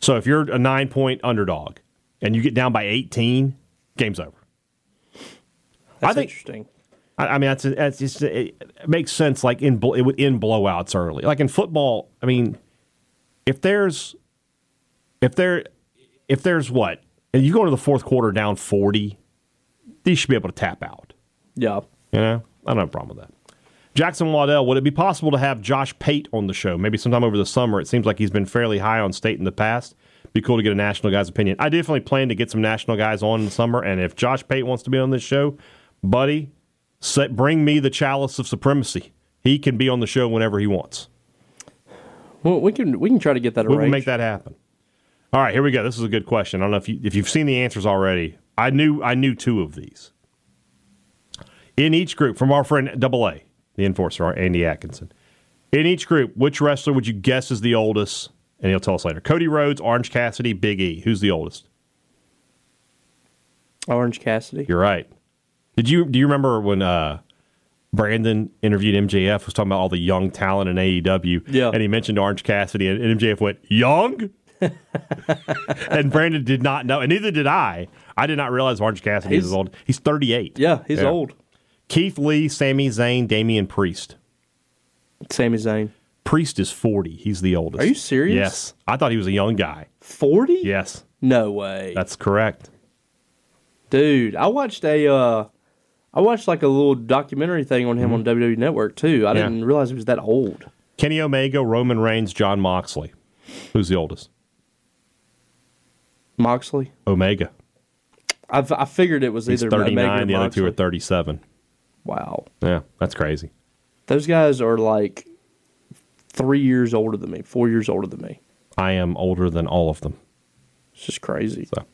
So if you're a 9 point underdog and you get down by 18, game's over.
That's
I think-
interesting.
I, I mean that's, that's just it, it makes sense like in bl- it would end blowouts early. Like in football, I mean if there's if there if there's what and you go into the fourth quarter down 40, you should be able to tap out.
Yeah.
You know, I don't have a problem with that. Jackson Waddell, would it be possible to have Josh Pate on the show? Maybe sometime over the summer. It seems like he's been fairly high on state in the past. Be cool to get a national guy's opinion. I definitely plan to get some national guys on in the summer. And if Josh Pate wants to be on this show, buddy, set, bring me the chalice of supremacy. He can be on the show whenever he wants.
Well, we can we can try to get that
We will
arranged.
make that happen. All right, here we go. This is a good question. I don't know if you if you've seen the answers already. I knew I knew two of these. In each group, from our friend Double A, the enforcer, our Andy Atkinson. In each group, which wrestler would you guess is the oldest? And he'll tell us later. Cody Rhodes, Orange Cassidy, Big E. Who's the oldest?
Orange Cassidy.
You're right. Did you do you remember when uh, Brandon interviewed MJF was talking about all the young talent in AEW?
Yeah.
and he mentioned Orange Cassidy, and, and MJF went
*laughs*
young, and Brandon did not know, and neither did I. I did not realize Orange Cassidy is as
He's-
old. He's 38.
Yeah, he's old.
Keith Lee, Sami Zayn, Damian Priest.
Sami Zayn.
Priest is 40. He's the oldest.
Are you serious?
Yes. I thought he was a young guy.
40?
Yes,
No way.
that's correct.
Dude, I watched a uh I watched like a little documentary thing on him on WWE Network too. I
Mm-hmm. Yeah.
didn't realize he was that old.
Kenny Omega, Roman Reigns, John Moxley. Who's the oldest?
Moxley.
Omega.
I, I figured it was
He's
either Omega
39.
or
the other two are
Moxley.
37.
Wow.
Yeah, that's crazy.
Those guys are like 3 years older than me, 4 years older than me.
I am older than all of them.
It's just crazy.
So,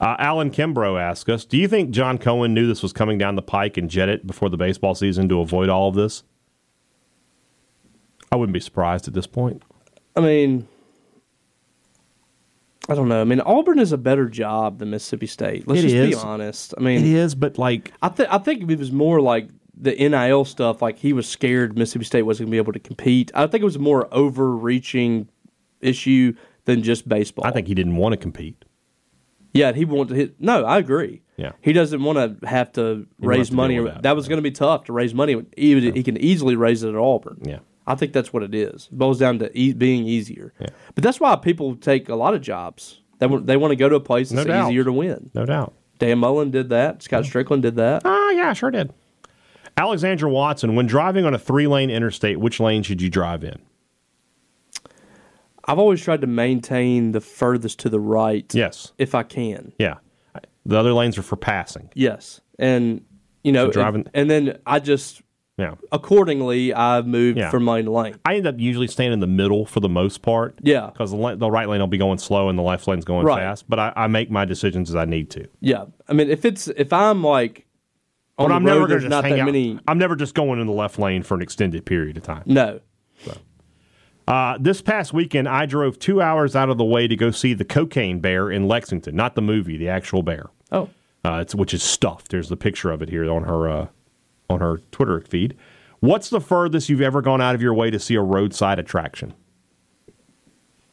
uh, Alan Kimbrough asked us, "Do you think John Cohen knew this was coming down the pike and jet it before the baseball season to avoid all of this?" I wouldn't be surprised at this point.
I mean, I don't know. I mean, Auburn is a better job than Mississippi State. Let's
It
just be
is.
honest. I
It
mean,
is, but like
I think I think it was more like the NIL stuff. Like he was scared Mississippi State wasn't going to be able to compete. I think it was a more overreaching issue than just baseball.
I think he didn't want to compete.
Yeah, he wanted to hit. No, I agree.
Yeah.
he doesn't want to have to
have
raise
to
money.
deal with
That,
that,
was going to be tough to raise money. He, would- he can easily raise it at Auburn.
Yeah.
I think that's what it is. It boils down to e- being easier.
Yeah.
But that's why people take a lot of jobs. They want they want to go to a place
No
that's
doubt.
easier to win.
No doubt.
Dan Mullen did that. Scott Strickland did that.
Ah, yeah, sure did. Alexandra Watson, when driving on a three lane interstate, which lane should you drive in?
I've always tried to maintain the furthest to the right.
Yes.
if I can.
Yeah. The other lanes are for passing.
Yes, and you know,
So driving-
and, and then I just
Yeah.
accordingly I've moved
Yeah.
from lane to lane.
I end up usually staying in the middle for the most part.
Yeah.
Because the, la- the right lane will be going slow and the left lane's going
Right.
fast. But I, I make my decisions as I need to.
Yeah, I mean, if it's if I'm like on
But
the
I'm
road,
never going
there's
to
not
just hang
that
out.
many.
I'm never just going in the left lane for an extended period of time.
No,
Uh, this past weekend, I drove two hours out of the way to go see the Cocaine Bear in Lexington, not the movie, the actual bear.
oh,
uh, it's, which is stuffed. There's the picture of it here on her uh, on her Twitter feed. What's the furthest you've ever gone out of your way to see a roadside attraction?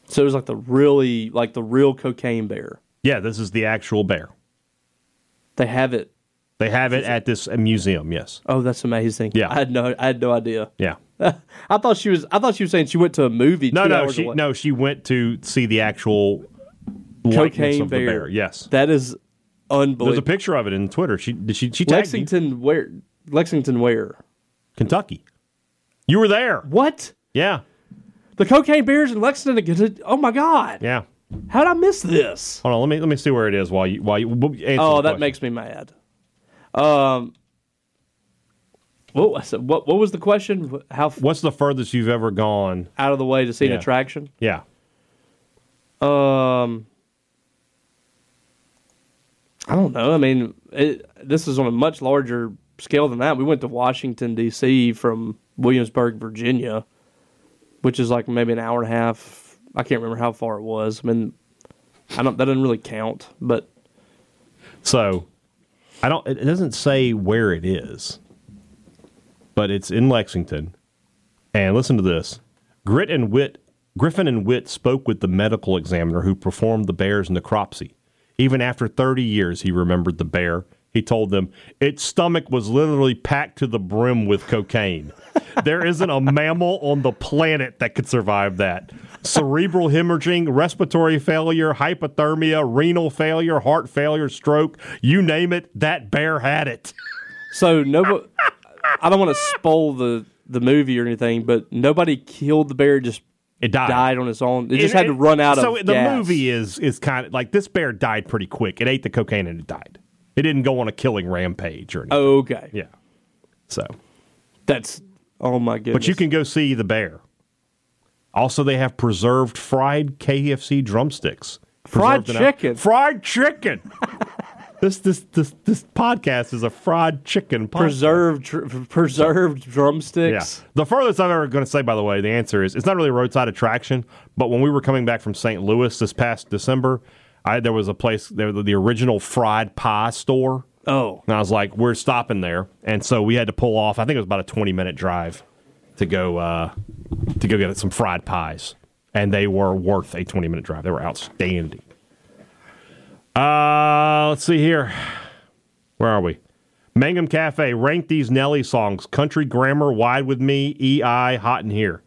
so it was like the really like the real cocaine bear.
Yeah, this is the actual bear.
They have it.
They have it at this uh, museum. Yes.
Oh, that's amazing.
Yeah.
I had no, I had no idea. *laughs*
Yeah.
I thought she was. I thought she was saying she went to a movie.
No,
two
no,
hours
she
away.
no, she went to see the actual likeness
cocaine
of the
bear.
bear. Yes.
that is
There's a
unbelievable.
picture of it in Twitter. She did she she tagged Lexington.
Lexington, where? Lexington, where?
Kentucky. You were there.
What?
Yeah.
The cocaine bears in Lexington? Oh my God!
Yeah.
How did I miss this?
Hold on. Let me let me see where it is while you while you answer the
Oh, that
question.
makes me mad. Um, what was it? what what was the question? How f-
What's the furthest you've ever gone?
out of the way to see
Yeah.
an attraction?
Yeah.
Um, I don't know. I mean, it, this is on a much larger scale than that. We went to Washington D.C. from Williamsburg, Virginia, which is like maybe an hour and a half. I can't remember how far it was. I mean, I don't. That doesn't really count, but
So I don't. It doesn't say where it is, but it's in Lexington. And listen to this: Grit and Wit, Griffin and Witt spoke with the medical examiner who performed the bear's necropsy. Even after 30 years, he remembered the bear. He told them its stomach was literally packed to the brim with cocaine. there isn't a mammal on the planet that could survive that. Cerebral hemorrhaging, respiratory failure, hypothermia, renal failure, heart failure, stroke, you name it, that bear had it.
So no, I don't want to spoil the the movie or anything, but nobody killed the bear. it Just
It died.
died on its own. It just
It-
had to run out
so
of.
the
gas.
movie is is kind of like this bear died pretty quick. It ate the cocaine and it died. It didn't go on a killing rampage or anything.
Oh, okay.
Yeah. So,
That's. Oh my goodness.
but you can go see the bear. Also, they have preserved fried KFC drumsticks.
Fried
Preserved in a-
chicken.
fried chicken.
*laughs*
this this this this podcast is a fried chicken podcast.
preserved tr- preserved
Yeah.
drumsticks.
The furthest I'm ever going to say, by the way, the answer is it's not really a roadside attraction. But when we were coming back from St. Louis this past December, I, there was a place there the original fried pie store,
Oh,
and I was like, we're stopping there, and so we had to pull off. I think it was about a 20 minute drive to go uh, to go get some fried pies, and they were worth a 20 minute drive. They were outstanding. Uh, let's see here. Where are we? Mangum Cafe. Rank these Nelly songs: Country Grammar, Wide with Me, EI, Hot in Here.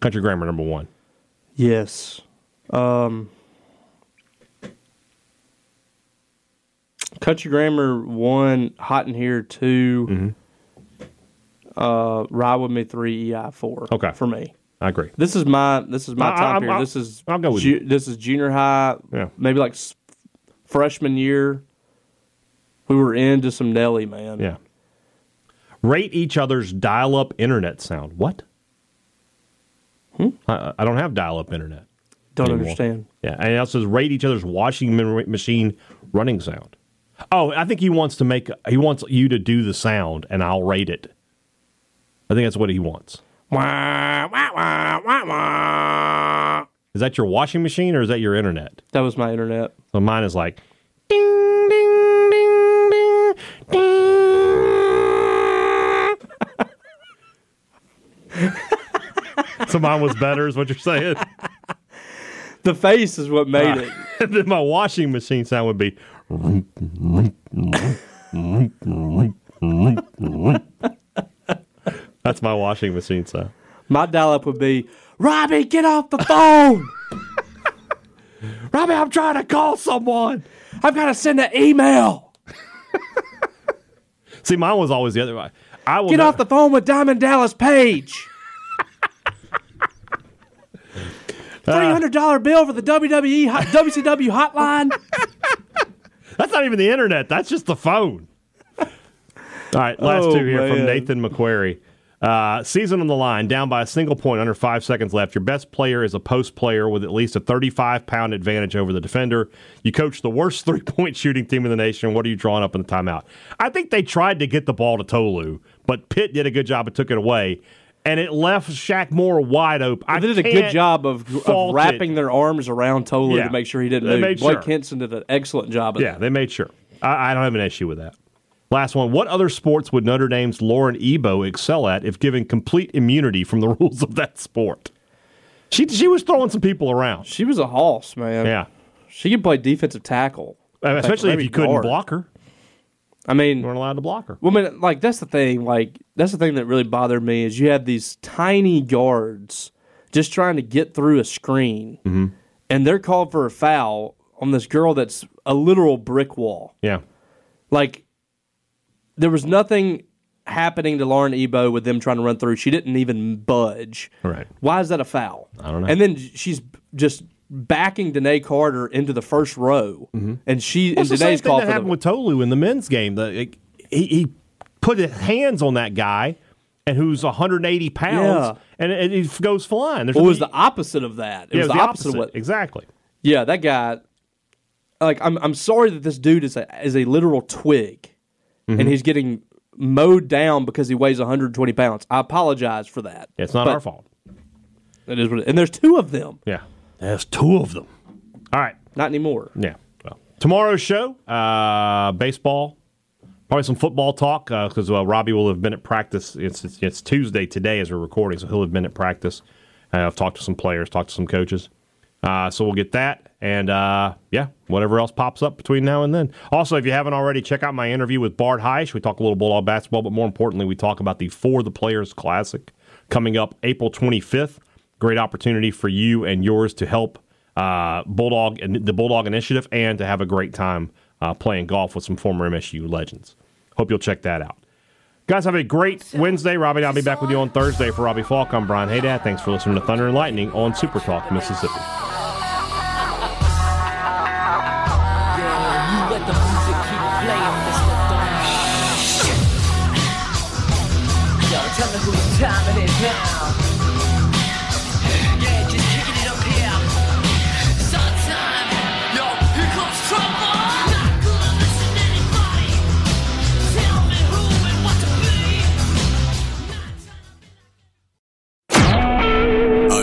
Country Grammar number one.
yes. Um. Country Grammar one, Hot in Here 2 Uh, Ride with Me three, EI four.
Mm-hmm. Okay.
for me.
I agree.
This is my this is my
I-
time
I'm-
period.
I'll-
this is
I'll go with
ju-
you.
this is junior high.
Yeah.
maybe like s- freshman year. We were into some Nelly, man.
Yeah. Rate each other's dial-up internet sound. What?
Hmm?
I, I don't have dial-up internet.
don't
anymore.
understand.
Yeah, and it also says rate each other's washing min- machine running sound. Oh, I think he wants to make he wants you to do the sound, and I'll rate it. I think that's what he wants.
Wah, wah, wah, wah, wah.
Is that your washing machine or is that your internet?
That was my internet.
So mine is like ding ding ding ding *laughs* ding. so mine was better, is what you're saying. *laughs*
The face is what made it.
and then my washing machine sound would be. That's my washing machine sound.
My dial up would be Robbie, get off the phone.
Robbie, I'm trying to call someone.
I've got to send an email.
See, mine was always the other way. I will
Get
ne-
off the phone with Diamond Dallas Page.
Ah.
Three hundred dollar bill for the WWE hot- WCW hotline.
That's not even the internet. That's just the phone. All right, last
Oh,
two here from
man.
Nathan McQuarrie. Uh, season on the line, down by a single point, under five seconds left. Your best player is a post player with at least a 35 pound advantage over the defender. You coach the worst *laughs* three point shooting team in the nation. What are you drawing up in the timeout? I think they tried to get the ball to Tolu, but Pitt did a good job and took it away, and it left Shaq Moore wide open. I
They did a
can't
good job of,
fault
of
it.
wrapping their arms around Toler
Yeah.
to make sure he didn't
They
move.
made sure.
Blake Henson did an excellent job of
Yeah, they made sure. I, I don't have an issue with that. Last one. What other sports would Notre Dame's Lauren Ebo excel at if given complete immunity from the *laughs* rules of that sport? She she was throwing some people around.
She was a hoss, man.
Yeah,
She could play defensive tackle.
Uh,
Like,
especially if
maybe
you couldn't
guard.
block her.
I mean,
You weren't allowed to block her.
Well, man, like that's the thing. Like that's the thing that really bothered me is you have these tiny guards just trying to get through a screen,
Mm-hmm.
and they're called for a foul on this girl that's a literal brick wall.
Yeah,
Like there was nothing happening to Lauren Ebo with them trying to run through. She didn't even budge.
Right.
Why is that a foul?
I don't know.
And then she's just backing Danae Carter into the first row,
Mm-hmm.
and she
Well, it's the same
and Danae's
thing
called
that
for the
happened with Tolu in the men's game. The, like, he, he put his hands on that guy, and who's 180 pounds, and, and he goes flying. There's
Well, it was
no-
the opposite of that. It,
yeah,
was, the opposite, of what.
exactly.
Yeah, that guy. Like, I'm I'm sorry that this dude is a is a literal twig,
Mm-hmm.
and he's getting mowed down because he weighs 120 pounds. I apologize for that.
Yeah, it's not
But
our fault.
It is what. It, and there's two of them.
Yeah, there's two of them. All right.
Not anymore.
Yeah. Well, tomorrow's show, uh, baseball, probably some football talk because uh, Robbie will have been at practice. It's, it's it's Tuesday today as we're recording, so he'll have been at practice. Uh, I've talked to some players, talked to some coaches. Uh, so we'll get that, and uh, yeah, whatever else pops up between now and then. Also, if you haven't already, check out my interview with Bart Heish. We talk a little Bulldog basketball, but more importantly, we talk about the For the Players Classic coming up April 25th. Great opportunity for you and yours to help uh, Bulldog and the Bulldog Initiative, and to have a great time uh, playing golf with some former MSU legends. Hope you'll check that out. Guys, have a great Wednesday. Robbie, and I'll be back with you on Thursday for Robbie Falk. I'm Brian Haydad. Thanks for listening to Thunder and Lightning on Super Talk, Mississippi.
You let the music keep playing, Mr. Dumb. Yo, tell me whose time it is now. Yeah, just kicking it up here. Sometime, yo, here comes trouble. Not gonna listen to anybody. Tell me who and what to
A
be.